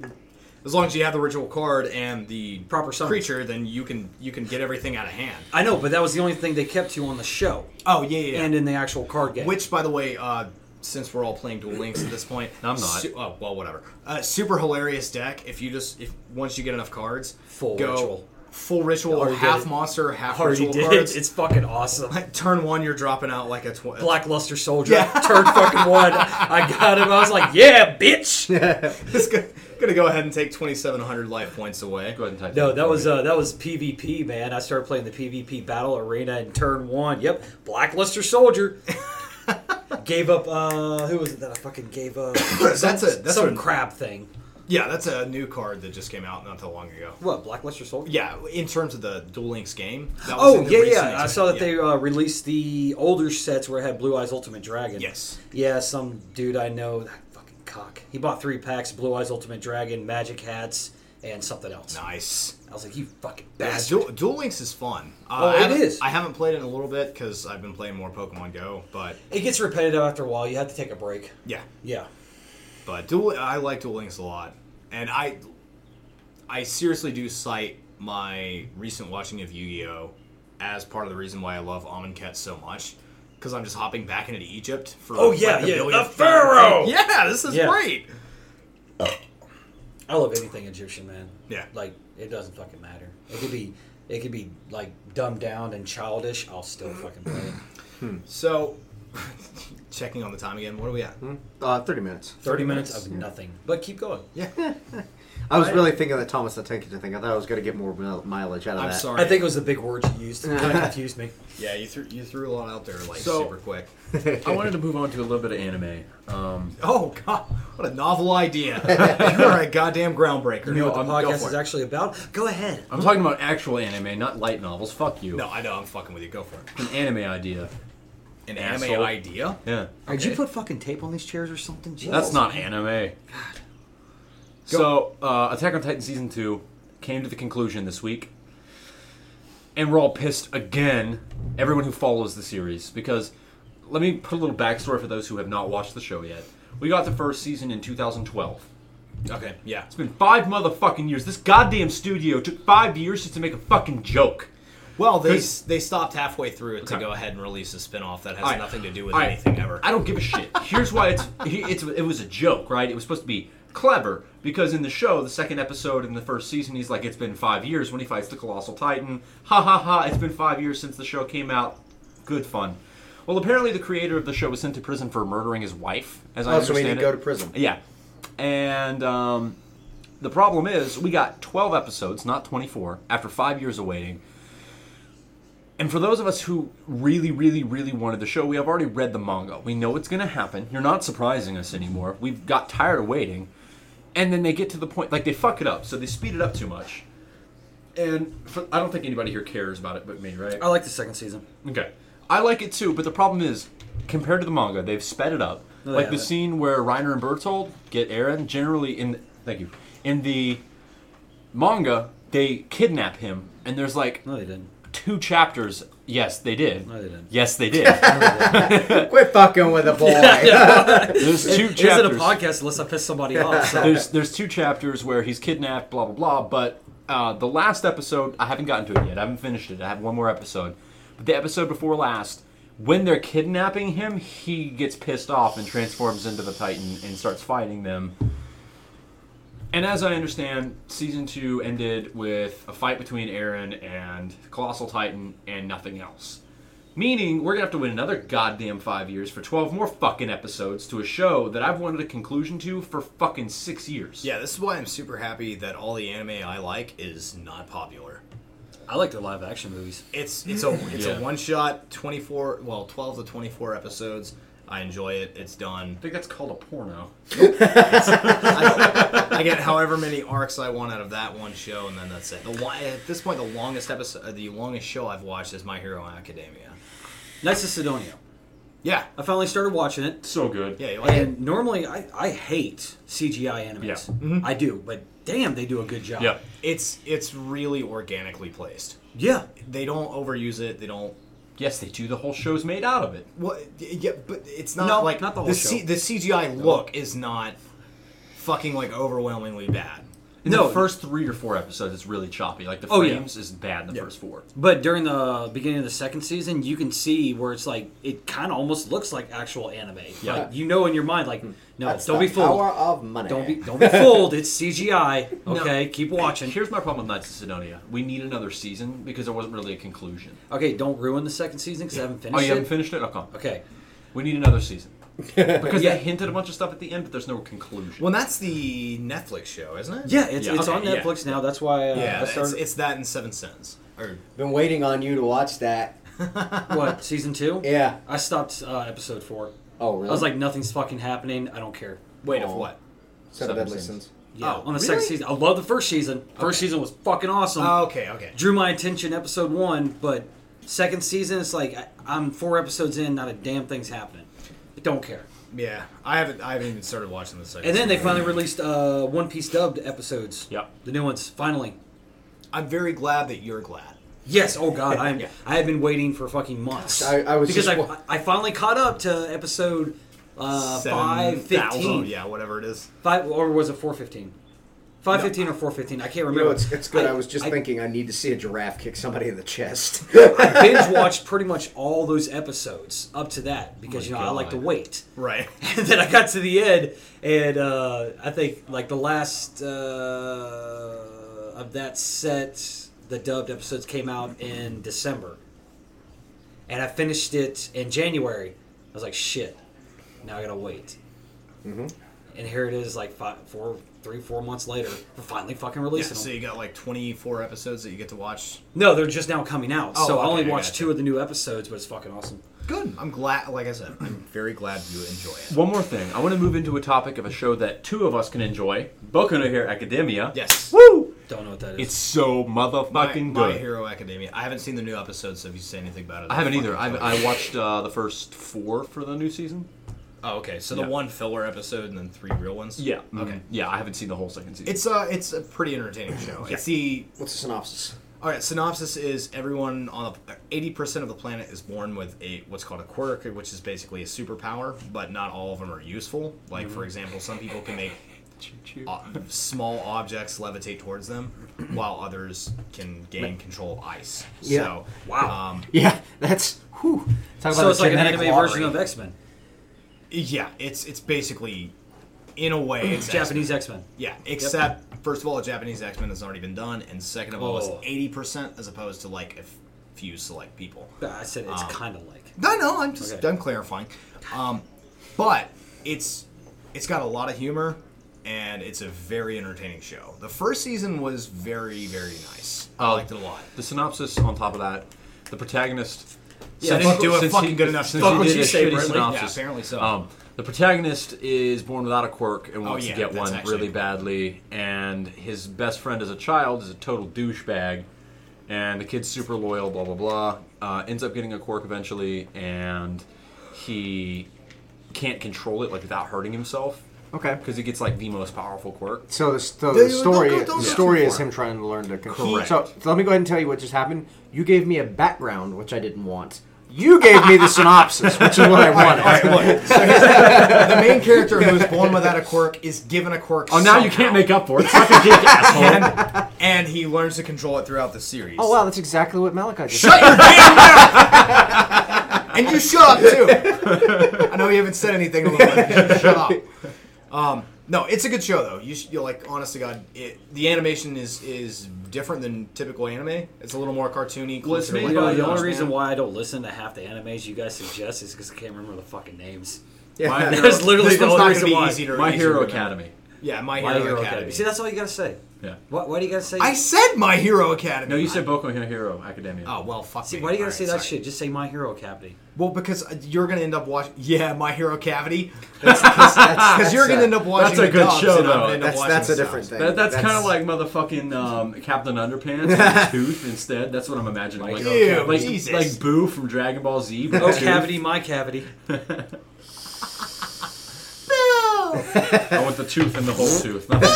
S3: As long as you have the ritual card and the
S1: Proper summon.
S3: creature, then you can you can get everything out of hand.
S1: I know, but that was the only thing they kept you on the show
S3: Oh yeah, yeah.
S1: and in the actual card game.
S3: Which, by the way, uh, since we're all playing Duel Links at this point,
S2: No, I'm not.
S3: su- oh well, whatever. Uh, super hilarious deck. If you just if once you get enough cards,
S1: Full
S3: go
S1: ritual.
S3: full ritual or
S1: Already did
S3: half
S1: it.
S3: monster, half
S1: already
S3: ritual
S1: did.
S3: cards.
S1: It's fucking awesome.
S3: [LAUGHS] Turn one, you're dropping out like a tw-
S1: Blackluster soldier. Turn fucking one. I got him. I was like, yeah, bitch.
S3: [LAUGHS] It's go- gonna go ahead and take 2,700 life points away.
S2: Go ahead and type
S1: No,
S2: in
S1: that
S2: for
S1: was
S2: me.
S1: uh, that was PvP, man. I started playing the PvP battle arena in turn one. Yep, Blackluster [LAUGHS] soldier. gave up. uh Who was it that I fucking gave up?
S3: That's a- that's
S1: some
S3: a-
S1: crab thing.
S3: Yeah, that's a new card that just came out not that long ago.
S1: What Blackluster soldier?
S3: Yeah, in terms of the Duel Links game. That was
S1: Oh
S3: in the
S1: yeah,
S3: recent-
S1: yeah. I saw that
S3: yeah.
S1: they uh, released the older sets where it had Blue Eyes Ultimate Dragon.
S3: Yes.
S1: Yeah, some dude I know, that fucking cock. He bought three packs: Blue Eyes Ultimate Dragon, Magic Hats, and something else.
S3: Nice.
S1: I was like, you fucking
S3: Yeah,
S1: bastard.
S3: Duel, Duel Links is fun. Uh,
S1: Oh,
S3: I
S1: it
S3: haven't-
S1: is.
S3: I haven't played it in a little bit because I've been playing more Pokemon Go, but
S1: It gets repetitive after a while. You have to take a break.
S3: yeah.
S1: Yeah.
S3: But Duel, I like Duel Links a lot, and I, I seriously do cite my recent watching of Yu-Gi-Oh as part of the reason why I love Amonkhet so much. Because I'm just hopping back into Egypt for
S1: Oh, yeah,
S3: the
S1: yeah,
S3: billionth
S1: the
S3: time.
S1: Pharaoh!
S3: Yeah, this is
S1: Yeah.
S3: great.
S1: I love anything Egyptian, man.
S3: Yeah.
S1: Like it doesn't fucking matter. It could be, it could be like dumbed down and childish. I'll still fucking play it.
S3: So, [LAUGHS] checking on the time again. What are we at?
S2: Hmm?
S5: Uh, 30 minutes.
S1: Thirty minutes of nothing, but keep going.
S5: I was really thinking of the Thomas the Tank Engine thing. I thought I was going to get more mil- mileage out of
S3: I'm
S5: that.
S3: sorry.
S1: I think it was the big words you used. It [LAUGHS] kind of confused me.
S3: Yeah, you threw you threw a lot out there like
S2: So-
S3: super quick.
S2: I wanted to move on to a little bit of anime. Um,
S3: Oh god, [LAUGHS] what a novel idea! [LAUGHS] you are a goddamn groundbreaker.
S1: You know
S2: No,
S1: what the
S2: I'm- go
S1: podcast
S2: for
S1: is
S2: it.
S1: actually about? Go ahead.
S2: I'm talking about actual anime, not light novels. Fuck you.
S3: no, I know I'm fucking with you. Go for it.
S2: An anime idea.
S3: An anime
S2: Asshole.
S3: idea.
S2: Yeah.
S1: Did you put fucking tape on these chairs or something?
S2: That's not anime. So, uh, Attack on Titan Season 2 came to the conclusion this week. And we're all pissed again, everyone who follows the series. Because, let me put a little backstory for those who have not watched the show yet. We got the first season in 2012.
S3: Okay, yeah.
S2: It's been five motherfucking years. This goddamn studio took five years just to make a fucking joke.
S3: Well, they
S2: Cause-
S3: they stopped halfway through it to
S2: Okay.
S3: go ahead and release a spinoff that has
S2: All right.
S3: nothing to do with
S2: All right.
S3: anything ever.
S2: I don't give a shit. Here's why it's, he- it's it was a joke, right? It was supposed to be clever because in the show, the second episode in the first season, he's like, "It's been five years" when he fights the colossal titan. Ha ha ha! It's been five years since the show came out. Good fun. Well, apparently the creator of the show was sent to prison for murdering his wife. As I
S5: Oh, so we
S2: understand
S5: need to
S2: it.
S5: go to prison.
S2: Yeah, and um, the problem is we got 12 episodes, not 24, after five years of waiting. And for those of us who really, really, really wanted the show, we have already read the manga. We know it's going to happen. You're not surprising us anymore. We've got tired of waiting. And then they get to the point, like they fuck it up, so they speed it up too much. And for, I don't think anybody here cares about it but me, right?
S1: I like the second season.
S2: Okay. I like it too, but the problem is, compared to the manga, they've sped it up.
S1: No, they
S2: like the
S1: haven't.
S2: scene where Reiner and Bertold get Aaron, generally in thank you. In the manga, they kidnap him and there's like
S1: No, they didn't.
S2: two chapters. Yes, they did.
S1: No, they didn't.
S2: Yes, they
S1: [LAUGHS]
S2: did.
S5: Quit fucking with the boy.
S2: there's two
S1: It
S2: chapters.
S1: isn't a podcast unless I piss somebody off.
S2: [LAUGHS]
S1: So.
S2: there's there's two chapters where he's kidnapped, blah blah blah. But uh, the last episode, I haven't gotten to it yet. I haven't finished it. I have one more episode. But the episode before last, when they're kidnapping him, he gets pissed off and transforms into the Titan and starts fighting them. And as I understand, season two ended with a fight between Aaron and Colossal Titan and nothing else. Meaning, we're gonna have to wait another goddamn five years for 12 more fucking episodes to a show that I've wanted a conclusion to for fucking six years.
S3: Yeah, this is why I'm super happy that all the anime I like is not popular.
S1: I like their live action movies.
S3: It's
S2: [LAUGHS]
S3: it's a it's
S2: Yeah.
S3: a one shot, twenty four well, twelve to twenty four episodes. I enjoy it. It's done.
S2: I think that's called a porno.
S3: I, I get however many arcs I want out of that one show, and then that's it. The lo- at this point, the longest episode, uh, the longest show I've watched is My Hero Academia.
S1: Knights of Sidonia.
S3: Yeah,
S1: I finally started watching it.
S2: So good.
S3: yeah. You like it?
S1: And normally, I, I hate CGI animes.
S2: Yeah.
S1: I do, but damn, they do a good job.
S2: Yeah.
S3: It's it's really organically placed.
S1: Yeah.
S3: They don't overuse it. They don't.
S2: Yes, they do. The whole show's made out of it.
S3: Well, yeah, but it's not
S1: No,
S3: like
S1: not the whole
S3: the,
S1: show.
S3: C, the CGI look is not fucking like overwhelmingly bad.
S2: In
S1: No.
S2: the first three or four episodes, it's really choppy. Like the
S1: Oh, yeah.
S2: frames is bad in the first four.
S1: But during the beginning of the second season, you can see where it's like, it kind of almost looks like actual anime.
S2: Yeah. Mm-hmm.
S1: Like, you know in your mind, like, no,
S5: That's
S1: don't
S5: the
S1: be fooled.
S5: Power of money.
S1: Don't
S5: [LAUGHS]
S1: be don't be fooled. It's CGI. Okay, keep
S2: And
S1: watching.
S2: here's my problem with Knights of Sidonia. We need another season because there wasn't really a conclusion.
S1: Okay, don't ruin the second season because I haven't finished
S2: oh, you
S1: it.
S2: haven't finished it? Okay.
S1: okay,
S2: We need another season. Because
S1: Yeah.
S2: they hinted a bunch of stuff at the end, but there's no conclusion.
S3: Well, that's the Netflix show, isn't it?
S1: yeah, it's,
S2: Yeah.
S1: it's
S2: Okay,
S1: on
S2: yeah.
S1: Netflix now. That's why uh,
S3: yeah.
S1: I
S3: It's,
S1: started
S3: it's that in Seven Cents. Or
S5: Been waiting on you to watch that.
S1: what season two.
S5: Yeah.
S1: I stopped uh, episode four.
S5: Oh, really?
S1: I was like, nothing's fucking happening. I don't care.
S3: wait, of
S5: Oh.
S3: what?
S5: Seven
S2: Seven
S5: Deadly
S2: Sins.
S5: Sins.
S1: Yeah,
S3: Oh,
S1: on the second
S3: really?
S1: season, I love the first season. First
S3: Okay.
S1: season was fucking awesome.
S5: Uh,
S3: Oh, okay, okay.
S1: Drew my attention episode one, but second season, it's like I, I'm four episodes in, not a damn thing's happening. I don't care.
S3: Yeah, I haven't. I haven't even started watching this.
S1: And then they finally released uh, One Piece dubbed episodes.
S2: Yep.
S1: The new ones, finally.
S3: I'm very glad that you're glad.
S1: Yes. Oh
S5: [LAUGHS]
S1: God, I'm.
S3: Yeah.
S1: I have been waiting for fucking months.
S5: I- I was
S1: because
S5: just
S1: I,
S5: wa-
S1: I finally caught up to episode uh, five
S3: 7,000,
S1: fifteen.
S3: oh, Yeah, whatever it is.
S1: Five or was it four fifteen? Five fifteen or four fifteen? I can't
S5: You
S1: remember.
S5: know, it's, it's good. I, was just
S1: I-
S5: thinking I need to see a giraffe kick somebody in the [LAUGHS] chest.
S1: I binge watched pretty much all those episodes up to that because you know I like to
S2: God.
S1: wait. [LAUGHS]
S3: Right. [LAUGHS]
S1: and then I got to the end, and uh, I think like the last uh, of that set, the dubbed episodes came out in December, and I finished it in January. I was like, shit, now I gotta wait. And here it is, like five, four, three, four months later, we're finally fucking
S3: Yeah,
S1: releasing
S3: so
S1: them.
S3: you got like 24 episodes that you get to watch.
S1: No, they're just now coming out,
S3: Oh,
S1: so I
S3: okay,
S1: only
S3: I
S1: watched
S3: gotcha.
S1: two of the new episodes, but it's fucking awesome.
S3: Good. I'm glad. Like I said, I'm very glad you enjoy it.
S2: One more thing. I want to move into a topic of a show that two of us can enjoy Boku no Hero Academia.
S3: Yes.
S2: Woo!
S1: Don't know what that is.
S2: It's so motherfucking
S3: My,
S2: good.
S3: My Hero Academia. I haven't seen the new episode, so if you say anything about it,
S2: I haven't
S3: I'll
S2: either. I,
S3: fucking
S2: I
S3: tell
S2: watched uh, the first four for the new season.
S3: you. Oh, okay. So
S2: Yeah.
S3: the one filler episode and then three real ones.
S2: Okay.
S3: Okay.
S2: Mm-hmm. Yeah, I haven't seen the whole second season.
S3: It's a it's a pretty entertaining show. It's the
S5: What's the synopsis?
S3: all right. Synopsis is everyone on eighty percent of the planet is born with a what's called a quirk, which is basically a superpower, but not all of them are useful. Like for example, some people can make o- small objects levitate towards them, [CLEARS THROAT] while others can gain control of ice.
S5: Yeah.
S3: So,
S1: Wow.
S3: Um,
S5: Yeah, that's. Whew.
S4: Talk about
S1: so
S4: the
S1: it's like an
S4: genetic
S1: anime
S4: lottery.
S1: version of X Men,
S3: yeah, it's it's basically, in a way, it's
S1: [CLEARS THROAT] Japanese X Men.
S3: Yeah, except first of all, Japanese X Men has already been done, and second of all,
S1: Oh.
S3: it's eighty percent as opposed to like a f- few select people.
S1: I said it's kind of like.
S3: No, no, I'm just
S1: Okay.
S3: I'm clarifying. Um, but it's it's got a lot of humor, and it's a very entertaining show. The first season was very very nice. I
S2: Oh.
S3: liked it a lot.
S2: the synopsis on top of that, the protagonist.
S1: Yeah,
S2: since-
S1: they didn't
S3: do a
S2: since
S3: fucking
S2: he-
S3: good enough
S2: since
S3: job.
S2: he
S3: Fuck
S2: did
S3: what you
S2: a
S3: say,
S2: shitty
S3: Bradley.
S2: synopsis,
S3: Yeah, apparently so.
S2: Um, the protagonist is born without a quirk and wants
S3: Oh, yeah,
S2: to get
S3: that's
S2: one
S3: actually-
S2: really badly, and his best friend as a child is a total douchebag, and the kid's super loyal, blah blah blah. Uh, ends up getting a quirk eventually, and he can't control it like without hurting himself
S5: Okay.
S2: because he gets like the most powerful quirk.
S5: So the, so
S3: Don't-
S5: the story,
S3: don't- don't
S5: the
S3: shoot
S5: story
S3: for
S5: is
S3: it.
S5: him trying to learn to control.
S3: Correct.
S5: So, so let me go ahead and tell you what just happened. You gave me a background, which I didn't want. You gave me the synopsis, which is what I wanted.
S3: the main character who's born without a quirk is given a quirk.
S2: Oh, now you
S3: somehow,
S2: can't make up for it. Suck a dick, asshole.
S3: [LAUGHS] and he learns to control it throughout the series.
S5: Oh wow, that's exactly what Malachi just
S3: Shut your damn mouth! and you shut up too. I know you haven't said anything a little bit. Shut up. Um, no, it's a good show though. You should, you like honest to God, it, the animation is is different than typical anime. It's a little more cartoony.
S2: Well, it's
S3: closer to,
S2: made
S1: You
S3: like,
S1: know,
S2: by
S1: the
S2: Understand.
S1: only reason why I don't listen to half the animes you guys suggest is because I can't remember the fucking names.
S2: My
S3: [LAUGHS] Yeah,
S1: [LAUGHS]
S2: Hero-
S1: That's literally
S2: [LAUGHS]
S3: this
S1: the
S3: one's
S1: only
S3: not
S1: reason
S3: gonna be
S1: why.
S3: easy to
S2: My
S3: easy to
S2: Hero
S3: remember.
S2: Academy.
S3: Yeah, My
S1: My
S3: Hero,
S1: Hero
S3: Academy.
S1: Academy. See, that's all you gotta say.
S2: Yeah.
S1: Why, why do you gotta say?
S3: I said My Hero Academy.
S2: No, you said Boku no Hero Academia.
S3: Oh well, fuck
S1: See,
S3: me.
S1: why do you gotta
S3: Alright,
S1: say that
S3: sorry.
S1: shit? Just say My Hero Academy.
S3: Well, because uh, you're gonna end up watching. Yeah, My Hero Cavity. Because you're gonna end up watching.
S2: a
S3: the
S2: good
S3: dubs
S2: show,
S3: and I'm gonna
S2: though.
S3: end up
S5: That's
S3: watching
S5: that's a
S3: the subs.
S5: different thing.
S2: That, that's kind of like motherfucking um, Captain Underpants with a tooth instead. That's what I'm imagining. Like, oh,
S3: Ew,
S2: like,
S3: Jesus.
S2: like Boo from Dragon Ball Z. with
S1: Oh,
S2: a tooth.
S1: cavity, my cavity.
S2: I want the tooth and the whole tooth. not the-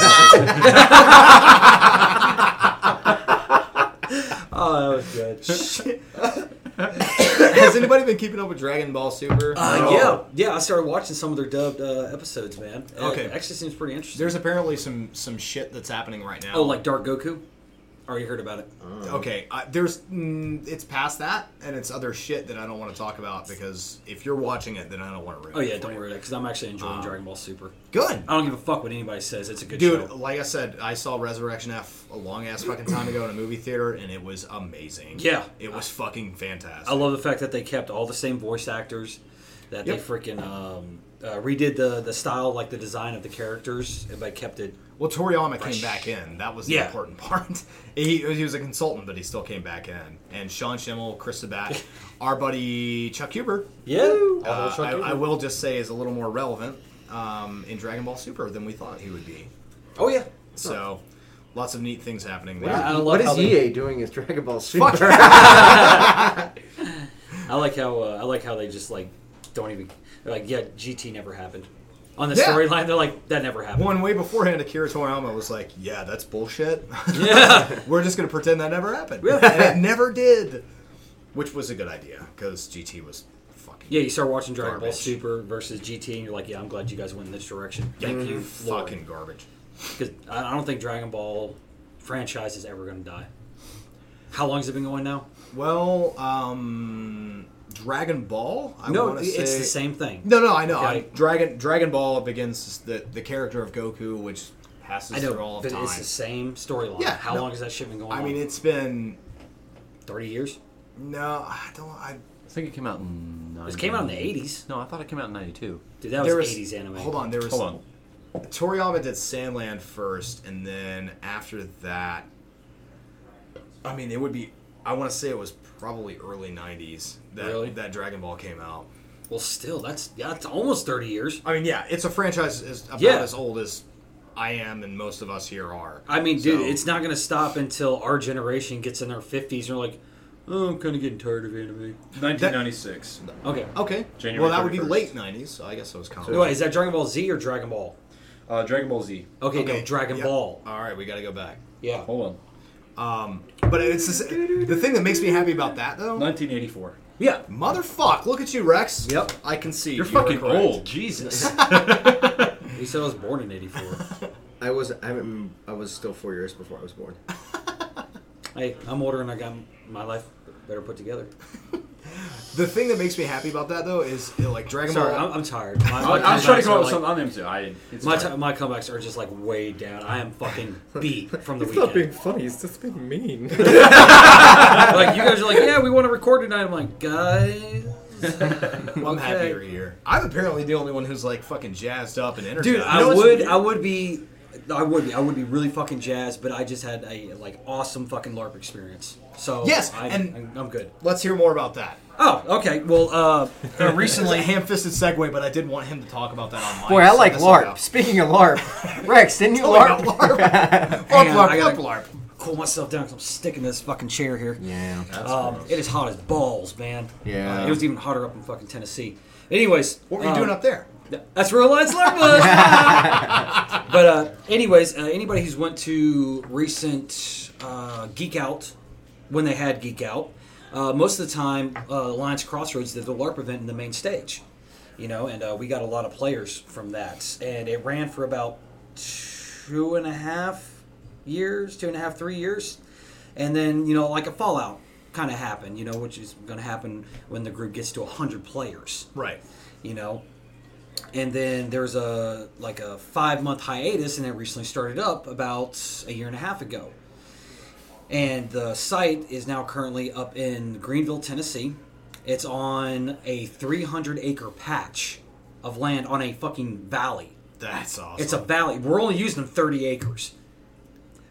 S1: Oh, that was good.
S3: Has anybody been keeping up with Dragon Ball Super?
S1: Uh, yeah, yeah. I started watching some of their dubbed uh, episodes, man. It
S3: Okay.
S1: actually seems pretty interesting.
S3: There's apparently some some shit that's happening right now.
S1: oh, like Dark Goku. Already heard about it.
S3: okay, I there's mm, it's past that and it's other shit that I don't want to talk about because if you're watching it, then I don't want to ruin.
S1: Oh
S3: it
S1: yeah,
S3: for
S1: don't
S3: you.
S1: worry about it because I'm actually enjoying Dragon Ball Super.
S3: Good.
S1: I don't give a fuck what anybody says. It's a good
S3: Dude,
S1: show.
S3: like I said, I saw Resurrection F a long ass fucking time ago in a movie theater, and it was amazing.
S1: Yeah.
S3: it was fucking fantastic.
S1: I love the fact that they kept all the same voice actors. That
S3: Yep.
S1: they freaking um, uh, redid the the style, like the design of the characters, but kept it.
S3: Well, Toriyama came back in. That was the
S1: Yeah.
S3: important [LAUGHS] part. He, he was a consultant, but he still came back in. And Sean Schimmel,
S1: [LAUGHS]
S3: Chris Sabat, our buddy Chuck Huber,
S1: Yeah.
S3: uh,
S5: Chuck
S3: I,
S5: Huber.
S3: I will just say is a little more relevant um, in Dragon Ball Super than we thought he would be.
S1: Oh yeah.
S3: So, lots of neat things happening
S5: What is-
S1: I
S3: there.
S1: love
S5: what
S1: how
S5: is
S1: they-
S5: EA doing as Dragon Ball
S3: Fuck
S5: Super?
S1: I like how uh, I like how they just like don't even they're like yeah GT never happened on the
S3: Yeah.
S1: storyline. They're like that never happened.
S3: One way beforehand, Akira Toriyama was like, "Yeah, that's bullshit.
S1: [LAUGHS] Yeah.
S3: [LAUGHS] We're just gonna pretend that never happened."
S1: Yeah.
S3: And it never did, which was a good idea because GT was fucking
S1: Yeah, you start watching Dragon Ball
S3: Garbage.
S1: Super versus GT, and you're like, yeah, I'm glad you guys went in this direction. Thank you, fucking.
S3: Mm-hmm. fucking garbage.
S1: Because I I don't think Dragon Ball franchise is ever going to die. How long has it been going now?
S3: Well, um, Dragon Ball. I
S1: no,
S3: wanna
S1: it's
S3: say-
S1: the same thing.
S3: No, no, I know.
S1: Okay.
S3: I- Dragon Dragon Ball begins the the character of Goku, which passes
S1: I know,
S3: through all of
S1: but
S3: time.
S1: it's the same storyline.
S3: Yeah,
S1: How
S3: no.
S1: long has that shit been going
S3: I
S1: on?
S3: mean, it's been
S1: thirty years.
S3: no. I don't. I,
S2: I think it came out in.
S1: It came out in the '80s.
S2: No, I thought it came out in 92.
S1: Dude, that was,
S3: there was
S1: '80s anime.
S3: Hold on, there was
S2: Hold on.
S3: Toriyama did Sandland first, and then after that, I mean, it would be. I want to say it was probably early '90s that
S1: Really?
S3: that Dragon Ball came out.
S1: Well, still, that's yeah, that's almost thirty years.
S3: I mean, yeah, it's a franchise as about
S1: Yeah.
S3: as old as I am and most of us here are.
S1: I mean, dude,
S3: So-
S1: it's not going to stop until our generation gets in their 50s and are like, oh, I'm kind of getting tired of anime.
S2: 1996.
S1: Okay.
S3: okay.
S2: January
S3: well, that would be
S2: 31st.
S3: late '90s, so I guess it was common.
S1: Wait, is that Dragon Ball Z or Dragon Ball?
S2: Uh, Dragon Ball Z.
S1: Okay, no, Dragon
S3: yep.
S1: Ball.
S3: All right, we got to go back. Um,
S1: Yeah.
S3: Oh.
S2: Hold on.
S3: But it's just, the thing that makes me happy about that though.
S2: 1984.
S1: Yeah.
S3: Motherfuck! Look at you, Rex.
S1: Yep.
S3: I can see
S2: You're
S3: you were
S2: fucking
S3: correct.
S2: old. Jesus.
S1: He said I was born in
S3: [LAUGHS]
S1: 84.
S5: I was I haven't I was still four years before I was born.
S1: hey, I'm older and I got my life better put together.
S3: The thing that makes me happy about that though is you know, like Dragon
S1: Sorry,
S3: Ball.
S1: I'm, I'm tired. My,
S2: [LAUGHS] I, I
S1: my
S2: was trying to
S1: comebacks
S2: come
S1: are
S2: up with
S1: like-
S2: something on them too. I didn't. It's
S1: My,
S2: fine.
S1: t- my comebacks are just like way down. I am
S3: [LAUGHS]
S1: fucking beat from the
S5: It's
S1: weekend.
S5: not being funny, it's just being mean.
S1: Like you guys are like, yeah, we want to record tonight. I'm like, guys,
S3: I'm
S1: Okay.
S3: happy you're here. I'm apparently the only one who's like fucking jazzed up and energized.
S1: Dude,
S3: You
S1: I
S3: know what's
S1: would,
S3: weird?
S1: I would be, I would be, I would be really fucking jazzed. But I just had a like awesome fucking LARP experience. So
S3: Yes,
S1: I,
S3: and-
S1: I'm, I'm good.
S3: Let's hear more about that.
S1: Oh, okay. Well,
S3: [LAUGHS]
S1: uh, uh,
S3: Recently,
S1: recently,
S3: ham-fisted segue, but I did want him to talk about that on. mic,
S5: [LAUGHS]
S4: Boy, I
S3: so
S4: like
S3: this'll go.
S4: LARP. Speaking of LARP, Rex, didn't you
S3: Oh, yeah,
S4: LARP? [LAUGHS]
S3: LARP.
S1: Hang on,
S3: LARP,
S1: I
S3: LARP,
S1: gotta-
S3: LARP.
S1: [LAUGHS] cool myself down because I'm sticking to this fucking chair here.
S5: yeah.
S1: Um, it is hot as balls, man.
S5: Yeah.
S1: Uh, it was even hotter up in fucking Tennessee. Anyways, uh,
S3: What were you doing up there?
S1: there? That's real life LARPers. but uh, anyways, uh, anybody who's went to recent uh, Geek Out when they had Geek Out, uh, most of the time uh, Alliance Crossroads did the LARP event in the main stage, you know, and uh, we got a lot of players from that, and it ran for about two and a half years, two and a half, three years, and then you know like a Fallout kind of happened, you know, which is going to happen when the group gets to hundred players
S3: Right.
S1: you know and then there's a like a five month hiatus and it recently started up about a year and a half ago And the site is now currently up in Greenville, Tennessee. It's on a 300 acre patch of land on a fucking valley.
S3: That's awesome.
S1: It's a valley. We're only using 30 acres.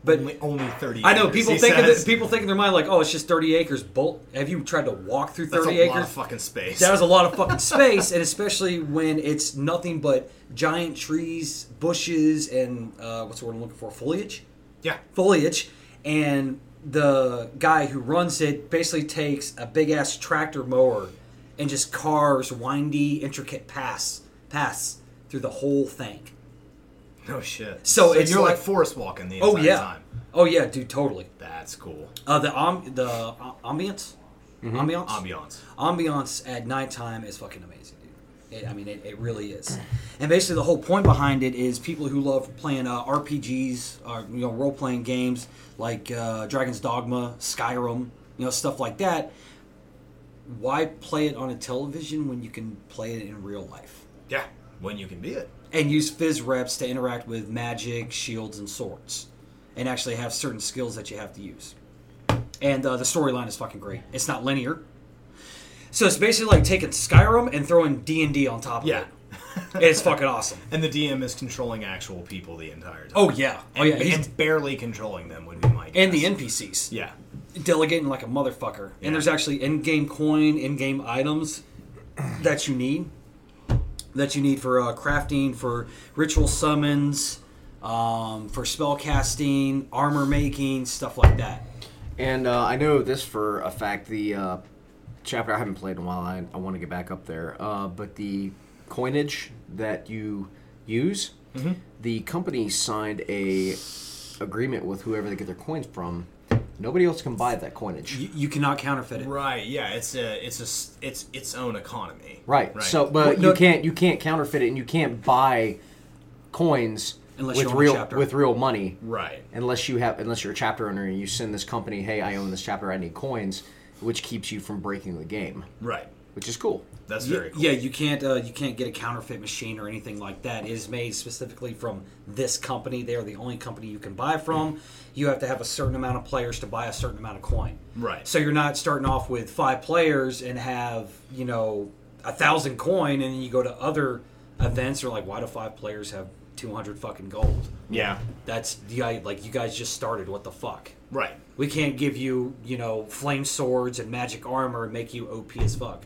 S1: But
S3: only, only thirty.
S1: I know
S3: acres,
S1: people
S3: he
S1: think of
S3: says.
S1: it, people think in their mind like, oh, it's just 30 acres. Bolt. Have you tried to walk through 30
S3: That's a
S1: acres?
S3: lot of fucking space.
S1: That was a lot of fucking space, and especially when it's nothing but giant trees, bushes, and uh, what's the word I'm looking for? Foliage?
S3: [LAUGHS] yeah.
S1: Foliage. And the guy who runs it basically takes a big ass tractor mower and just carves windy, intricate paths paths through the whole thing.
S3: No shit.
S1: So it's
S3: you're like,
S1: like-
S3: forest walking the entire
S1: Oh yeah.
S3: time.
S1: Oh yeah, dude, totally.
S3: That's cool.
S1: Uh, the um, the uh, ambience, ambiance,
S3: Ambiance.
S1: ambiance at nighttime is fucking amazing, dude. It, I mean, it, it really is. And basically, the whole point behind it is people who love playing uh, RPGs or uh, you know role playing games like uh, Dragon's Dogma, Skyrim, you know stuff like that. Why play it on a television when you can play it in real life
S3: Yeah. When you can be it.
S1: and use fizz reps to interact with magic, shields, and swords, and actually have certain skills that you have to use? And uh, the storyline is fucking great. It's not linear. So it's basically like taking Skyrim and throwing D and D on top of
S3: Yeah.
S1: it. It's fucking awesome.
S3: And the DM is controlling actual people the entire time.
S1: Oh yeah, oh
S3: And-
S1: yeah, he's,
S3: and barely controlling them would be my guess.
S1: and the NPCs
S3: Yeah.
S1: delegating like a motherfucker.
S3: Yeah.
S1: And there's actually in-game coin, in-game items that you need, that you need for uh, crafting, for ritual summons, um, for spell casting, armor making, stuff like that.
S5: And uh, I know this for a fact. The uh, chapter I haven't played in a while. I, I want to get back up there. Uh, but the coinage that you use, the company signed a agreement with whoever they get their coins from. Nobody else can buy that coinage.
S1: You, you cannot counterfeit it.
S3: Right. Yeah. It's a. It's a. s- It's its own economy.
S5: Right. So, but
S1: no-
S5: you can't you can't counterfeit it, and you can't buy coins
S1: Unless you
S5: with
S1: own a
S5: real
S1: chapter.
S5: with real money,
S3: Right.
S5: unless you have unless you're a chapter owner and you send this company, hey, I own this chapter, I need coins, which keeps you from breaking the game,
S3: Right.
S5: which is cool.
S3: That's
S1: Y-
S3: very cool.
S1: Yeah, you can't uh, you can't get a counterfeit machine or anything like that. It is made specifically from this company. They are the only company you can buy
S3: Mm.
S1: from. You have to have a certain amount of players to buy a certain amount of coin.
S3: Right.
S1: So you're not starting off with five players and have you know a thousand coin, and then you go to other events. They're like, why do five players have two hundred fucking gold?
S3: Yeah.
S1: That's the guy like you guys just started. What the fuck?
S3: Right.
S1: We can't give you, you know, flame swords and magic armor and make you OP as fuck.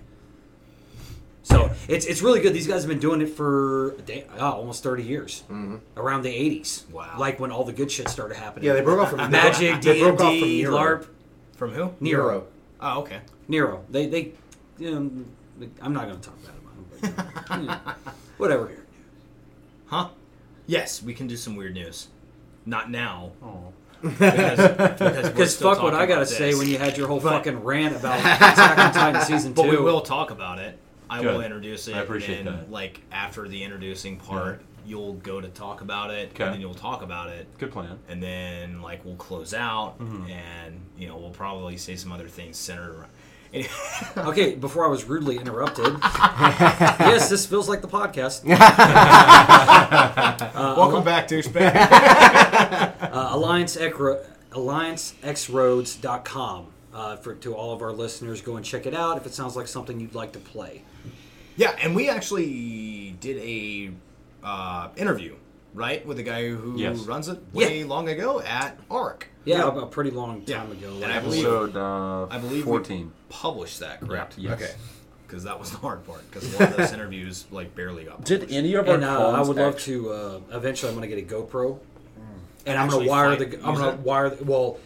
S1: So it's it's really good. These guys have been doing it for da- oh, almost thirty years, mm-hmm. around the eighties.
S3: Wow.
S1: Like when all the good shit started happening.
S5: Yeah, they broke off from- they
S1: [LAUGHS] magic,
S5: broke- they broke off from
S1: D&D,
S5: Nero.
S1: LARP,
S3: From who?
S1: Nero, Nero.
S3: Oh, okay.
S1: They they, you know, I'm not going to talk about it. Yeah. Whatever.
S3: Huh? Yes, we can do some weird news. Not now.
S2: Oh.
S3: Because, because, we're
S1: Because
S3: still
S1: fuck what
S3: talking
S1: I got to
S3: about
S1: say
S3: this.
S1: when you had your whole
S3: But-
S1: fucking rant about Attack on Titan season two.
S3: But we will talk about it. I
S2: Good.
S3: will introduce it.
S2: I appreciate
S3: and then,
S2: that.
S3: Like after the introducing part, you'll go to talk about it,
S2: Okay.
S3: and then you'll talk about it,
S2: Good Mm-hmm. plan.
S3: and then like we'll close out, and you know we'll probably say some other things centered around.
S2: Uh-huh.
S3: Any-
S1: Okay, before I was rudely interrupted. yes, this feels like the podcast. Uh,
S3: Welcome back, douchebag.
S1: Uh, Alliance Ecro- AllianceXRoads.com. Uh, for to all of our listeners, go and check it out if it sounds like something you'd like to play.
S3: yeah, and we actually did a uh, interview right with the guy who
S2: Yes.
S3: runs it way
S1: Yeah.
S3: long ago at Arc.
S1: Yeah, a, a pretty long time
S3: Yeah.
S1: ago.
S3: And
S1: like,
S3: I believe-
S2: Episode uh,
S3: I believe we
S2: 14.
S3: published that, correct?
S2: Yeah, yes.
S3: Okay. Because that was the hard part. Because a lot of those [LAUGHS] interviews like barely got.
S2: Did any of our
S1: and uh, I would love to. Uh, eventually, I'm going to get a GoPro, and I'm going
S3: Actually
S1: to wire the.
S3: fight-
S1: I'm
S3: use
S1: going
S3: it?
S1: to wire. The, well,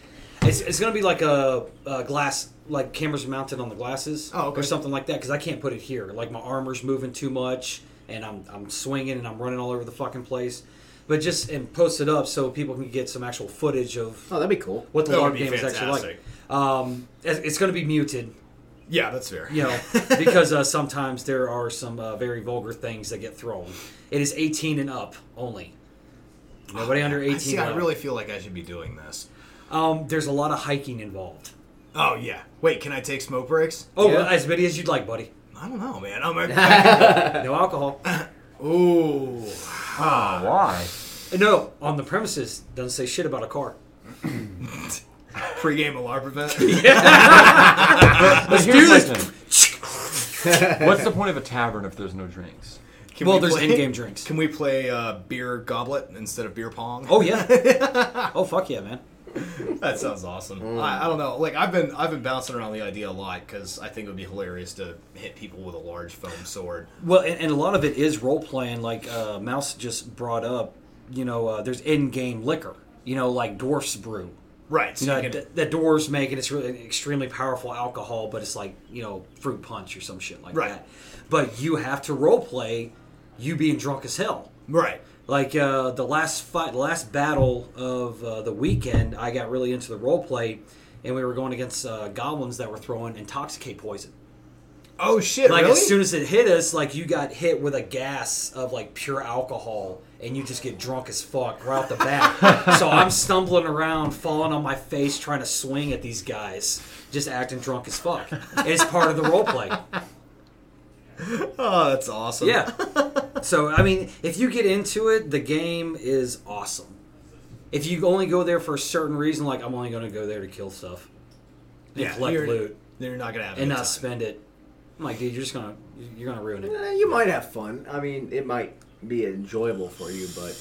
S1: it's, it's going to be like a, a glass, like cameras mounted on the glasses,
S3: Oh, okay.
S1: or something like that. Because I can't put it here. Like my armor's moving too much, and I'm I'm swinging and I'm running all over the fucking place. But just and post it up so people can get some actual footage of
S5: Oh, that'd be cool.
S1: what the
S3: That would
S1: log
S3: be
S1: game is actually
S3: fantastic.
S1: like. Um, it's- it's going to be muted
S3: Yeah, that's fair.
S1: you
S3: [LAUGHS]
S1: know, because uh, sometimes there are some uh, very vulgar things that get thrown. It is 18 and up only. Nobody under 18.
S3: Oh, I see.
S1: and
S3: I
S1: up.
S3: really feel like I should be doing this.
S1: Um, there's a lot of hiking involved.
S3: Oh yeah. Wait, can I take smoke breaks?
S1: Oh,
S5: Yeah.
S1: well, as many as you'd like, buddy.
S3: I don't know, man. I'm.
S1: [LAUGHS]
S3: A...
S1: No
S3: [LAUGHS]
S1: alcohol.
S3: Uh, Ooh.
S2: Why?
S1: no, on the premises doesn't say shit about a car.
S3: Pre-game
S1: [LAUGHS]
S3: alarm event. Uh,
S2: Let's do this. What's the point of a tavern if there's no drinks?
S3: Can
S1: Well,
S3: we
S1: there's
S3: play-
S1: in-game drinks.
S3: Can we play uh, beer goblet instead of beer pong?
S1: [LAUGHS] Oh yeah.
S3: [LAUGHS]
S1: oh fuck yeah, man.
S3: that sounds awesome. I, I don't know. Like I've been I've been bouncing around the idea a lot because I think it would be hilarious to hit people with a large foam sword.
S1: Well, and, and a lot of it is role playing, like uh, Mouse just brought up. You know, uh, there's in-game liquor. You know, like dwarfs brew.
S3: Right.
S1: You know,
S3: can-
S1: that, that dwarves make, and it's really an extremely powerful alcohol, but it's like you know fruit punch or some shit like
S3: Right.
S1: that. But you have to role play you being drunk as hell.
S3: right.
S1: Like uh, the last fight, last battle of uh, the weekend, I got really into the role play, and we were going against uh, goblins that were throwing intoxicate poison.
S3: Oh shit!
S1: Like
S3: really?
S1: as soon as it hit us, like you got hit with a gas of like pure alcohol, and you just get drunk as fuck right off the bat. so I'm stumbling around, falling on my face, trying to swing at these guys, just acting drunk as fuck. It's part of the role play.
S3: oh, that's awesome.
S1: Yeah. So I mean, if you get into it, the game is awesome. If you only go there for a certain reason, like I'm only going to go there to kill stuff and
S3: Yeah.
S1: collect
S3: you're,
S1: loot
S3: They're not gonna have
S1: and
S3: a good
S1: not
S3: time.
S1: spend it. I'm like, dude, you're just gonna you're gonna ruin it.
S5: Eh, you might have fun. I mean, it might be enjoyable for you, but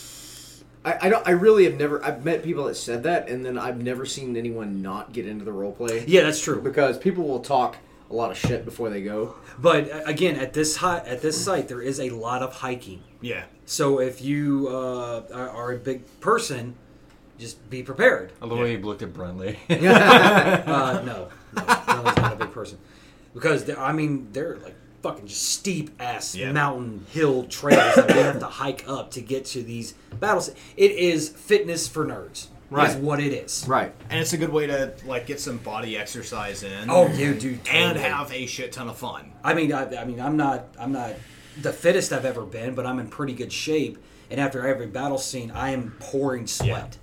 S5: I, I don't. I really have never. I've met people that said that, and then I've never seen anyone not get into the role play.
S1: Yeah, that's true.
S5: because people will talk a lot of shit before they go.
S1: But uh, again, at this hi- at this site, there is a lot of hiking.
S3: Yeah.
S1: So if you uh, are- are a big person, just be
S3: [LAUGHS]
S1: prepared.
S2: I love the way you looked at [LAUGHS] Brentley.
S1: Uh, no, no, Brentley's not a big person because there- I mean they're like fucking just steep ass
S3: Yeah.
S1: mountain hill trails that we have to hike up to get to these battles. It is fitness for nerds. Is
S5: Right.
S1: what it is.
S5: Right.
S3: And it's a good way to like get some body exercise in.
S1: Oh, yeah, dude.
S3: And
S1: totally.
S3: have a shit ton of fun.
S1: I mean, I, I mean, I'm not, I'm not the fittest I've ever been, but I'm in pretty good shape. And after every battle scene, I am pouring sweat.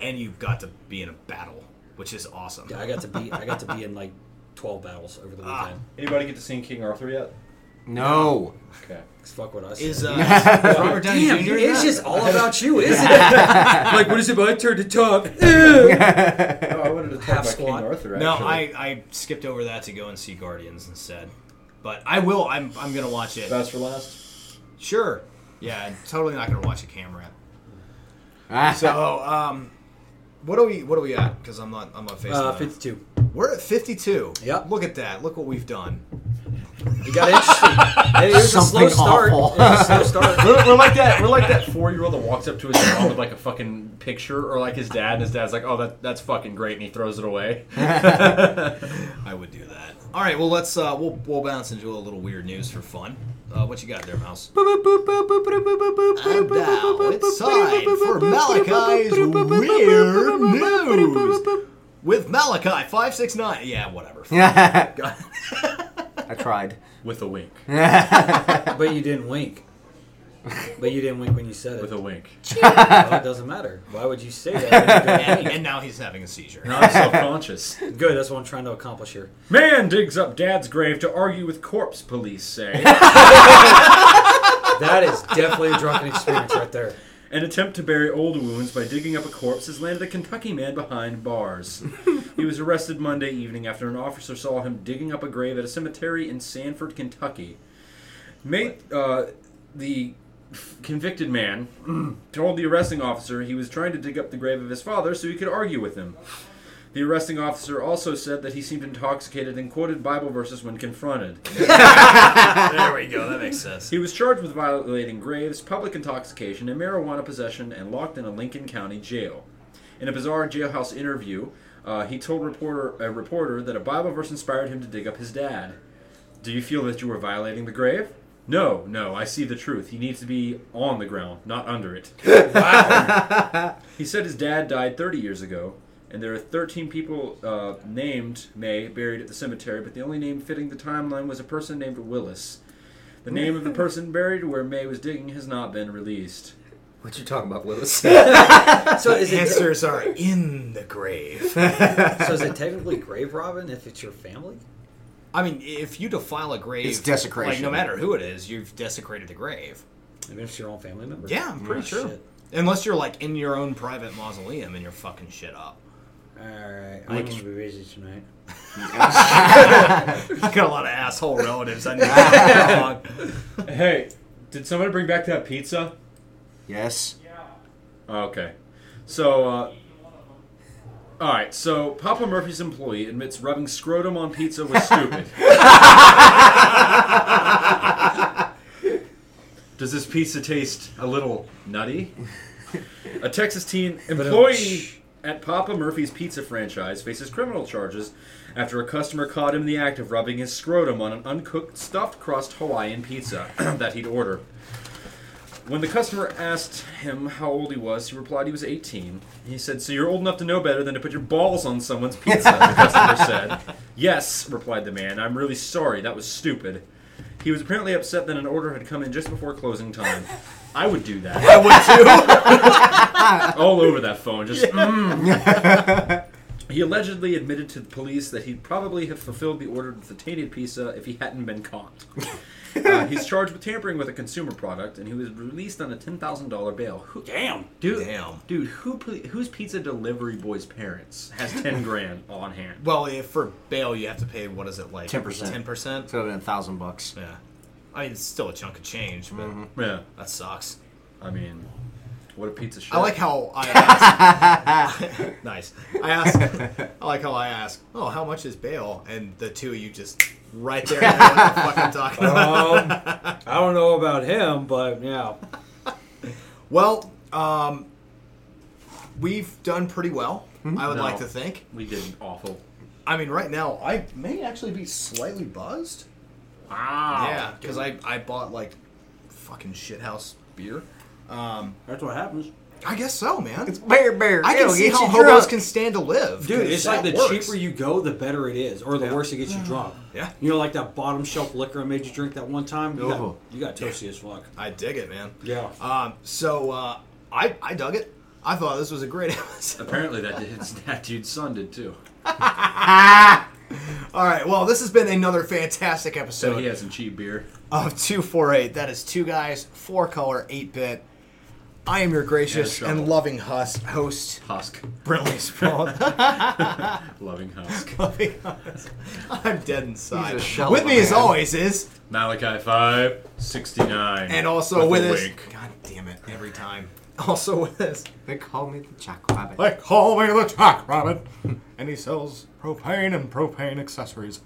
S3: And you've got to be in a battle, which is awesome.
S1: Yeah, I got to be, I got to be in like 12 battles over the
S3: Ah.
S1: weekend.
S2: Anybody get to see King Arthur yet?
S5: No.
S2: Okay.
S1: 'Cause fuck what I said. [LAUGHS]
S3: Is, uh, is Robert Downey
S1: Damn,
S3: Jr. in
S1: it's
S3: that?
S1: just all about
S3: [LAUGHS]
S1: you, isn't it? like, what is it? My turn to talk. Ew.
S2: No, I [LAUGHS] wanted to talk
S1: Half squat.
S3: No, I, I skipped over that to go and see Guardians instead. But I will. I'm, I'm going to watch it.
S2: Best for last.
S3: sure. Yeah, I'm totally not going to watch a camera.
S5: Ah,
S3: So, um, what are we what are we at? Because I'm not I'm not facing.
S1: Uh,
S3: that.
S1: 52.
S3: We're at 52.
S1: Yep.
S3: Look at that. Look what we've done.
S1: You got interesting. It was a slow
S4: Something
S1: start.
S4: awful.
S1: It was a slow start.
S2: We're, we're like that. We're like that four-year-old that walks up to his mom with like a fucking picture, or like his dad, and his dad's like, "Oh, that that's fucking great," and he throws it away.
S3: I would do that. All right. Well, let's uh, we'll we'll bounce into a little weird news for fun. Uh, what you got there, Mouse? And now it's time for Malachi's weird news with Malachi five six nine. Yeah, whatever.
S4: I tried.
S2: With a wink.
S1: But you didn't wink. But you didn't wink when you said it.
S2: With a wink.
S1: Well, it doesn't matter. Why would you say that?
S3: and, and now he's having a seizure.
S2: Now I'm self-conscious.
S1: Good. That's what I'm trying to accomplish here.
S2: Man digs up dad's grave to argue with corpse police [LAUGHS] say.
S1: That is definitely a drunken experience right there.
S2: An attempt to bury old wounds by digging up a corpse has landed a Kentucky man behind bars. he was arrested Monday evening after an officer saw him digging up a grave at a cemetery in Sanford, Kentucky. May, uh, the f- convicted man told the arresting officer he was trying to dig up the grave of his father so he could argue with him. The arresting officer also said that he seemed intoxicated and quoted Bible verses when confronted.
S3: There we go. That makes [LAUGHS] sense.
S2: He was charged with violating graves, public intoxication, and marijuana possession, and locked in a Lincoln County jail. In a bizarre jailhouse interview, uh, he told reporter a reporter that a Bible verse inspired him to dig up his dad. Do you feel that you were violating the grave? No, no, I see the truth. He needs to be on the ground, not under it. He said his dad died 30 years ago, and there are 13 people uh, named May buried at the cemetery, but the only name fitting the timeline was a person named Willis. The name of the person buried where May was digging has not been released.
S5: What you talking about, [LAUGHS] Willis?
S1: So is it
S3: Answers are in the grave.
S5: [LAUGHS]
S1: so is it technically grave robbing if it's your family?
S3: I mean, if you defile a grave,
S5: It's
S3: Like
S5: desecration.
S3: no matter who it is, you've desecrated the grave.
S1: Even if it's your own family member.
S3: Yeah, I'm pretty
S1: Oh,
S3: sure.
S1: shit.
S3: Unless you're like in your own private mausoleum and you're fucking shit up.
S6: All right. I'm
S1: Like-
S6: gonna be busy tonight.
S3: I got a [LAUGHS] lot of asshole relatives. I need [LAUGHS] to get along.
S6: Hey, did somebody bring back that pizza?
S5: Yes.
S2: Oh, Okay. So, uh, all right. So, Papa Murphy's employee admits rubbing scrotum on pizza was stupid.
S6: [LAUGHS]
S2: Does this pizza taste a little nutty? A Texas teen employee at Papa Murphy's pizza franchise faces criminal charges after a customer caught him in the act of rubbing his scrotum on an uncooked stuffed crust Hawaiian pizza [CLEARS THROAT] that he'd ordered. When the customer asked him how old he was, he replied he was 18. He said, So you're old enough to know better than to put your balls on someone's pizza, the customer said. Yes, replied the man. I'm really sorry. That was stupid. He was apparently upset that an order had come in just before closing
S3: [LAUGHS]
S2: time. I would do that.
S3: I would
S2: [LAUGHS]
S3: too.
S2: All over that phone. Just, mm. He allegedly admitted to the police that he'd probably have fulfilled the order with the tainted pizza if he hadn't been
S3: [LAUGHS]
S2: caught. Uh, he's charged with tampering with a consumer product, and he was released on a ten thousand dollar bail. Who,
S1: Damn.
S2: Dude,
S3: Damn.
S2: dude, who ple- whose pizza delivery boy's parents has ten grand on hand?
S3: Well, if for bail, you have to pay what is it like
S5: 10%.
S3: Ten percent.
S5: So then a thousand bucks.
S3: Yeah. I mean, it's still a chunk of change, but
S2: Yeah,
S3: that sucks.
S2: I mean, what a pizza shit.
S3: I like how [LAUGHS] I asked. [LAUGHS] nice. I asked. I like how I asked. Oh, how much is bail? And the two of you just right there. I know what the fuck I'm [LAUGHS] talking
S1: [LAUGHS]
S3: about.
S6: Um, I don't know about him, but yeah.
S3: Well, um, we've done pretty well.
S1: Hmm?
S3: I would
S2: No.
S3: like to think.
S2: we did awful.
S3: I mean, right now I may actually be slightly buzzed.
S1: Oh,
S2: Wow.
S3: yeah, because I I bought like fucking shithouse beer.
S6: That's what happens.
S3: I guess so, man.
S5: Bear, bear.
S3: I can
S5: it'll
S3: see
S5: get
S3: how
S5: you
S3: hobos
S5: drunk.
S3: can stand to live,
S1: Dude,
S3: 'cause
S1: it's like the
S3: that works.
S1: cheaper you go, the better it is, or the worse it gets you [SIGHS] drunk.
S3: Yeah.
S1: You know, like that bottom shelf liquor I made you drink that one time. You got,
S5: Oh.
S1: you got toasty as fuck.
S3: I dig it, man.
S1: Yeah.
S3: Um, so uh, I I dug it. I thought this was a great [LAUGHS] episode.
S2: Apparently that [LAUGHS] that dude's son did too.
S3: All right, well, this has been another fantastic
S2: So
S3: episode
S2: he has some cheap beer.
S3: of two four eight. That is two guys, four color, eight bit. I am your gracious
S2: Yeah,
S3: and
S2: shovel.
S3: loving hus host,
S2: Husk,
S3: Brinley
S5: [LAUGHS]
S3: Spawn.
S2: loving husk.
S3: I'm dead inside.
S5: He's a shell
S3: With
S5: of a
S3: me, as
S5: man.
S3: always, is
S2: Malachi five sixty nine.
S3: and also with,
S2: a
S3: us.
S2: wink.
S3: God damn it! Every time. Also with us.
S5: They call me the jackrabbit.
S3: They call me the Jack
S5: [LAUGHS]
S3: Rabbit, and he sells propane and propane accessories.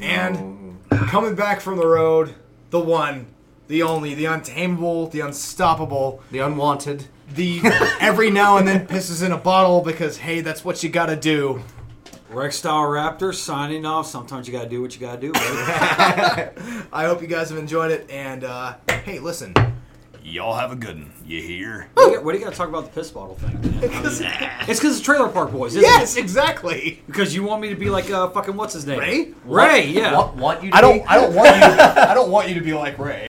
S5: Oh.
S3: And coming back from the road, the one, the only, the untamable, the unstoppable,
S5: The unwanted.
S3: the every now and then pisses in a bottle because hey, that's what you gotta do.
S1: Rex Style Raptor signing off. Sometimes you got to do what you [LAUGHS] got to do. baby.
S3: I hope you guys have enjoyed it, and uh, hey, listen, y'all have a good one. You [LAUGHS] hear?
S1: What do you got- what do you got to talk about the piss bottle thing? man? I mean, it's because it's Trailer Park Boys, isn't
S3: Yes,
S1: it?
S3: exactly.
S1: Because you want me to be like uh, fucking what's his name?
S3: Ray?
S1: Ray, yeah.
S4: What, what you
S3: [LAUGHS] I don't want you. I don't want you to be like Ray.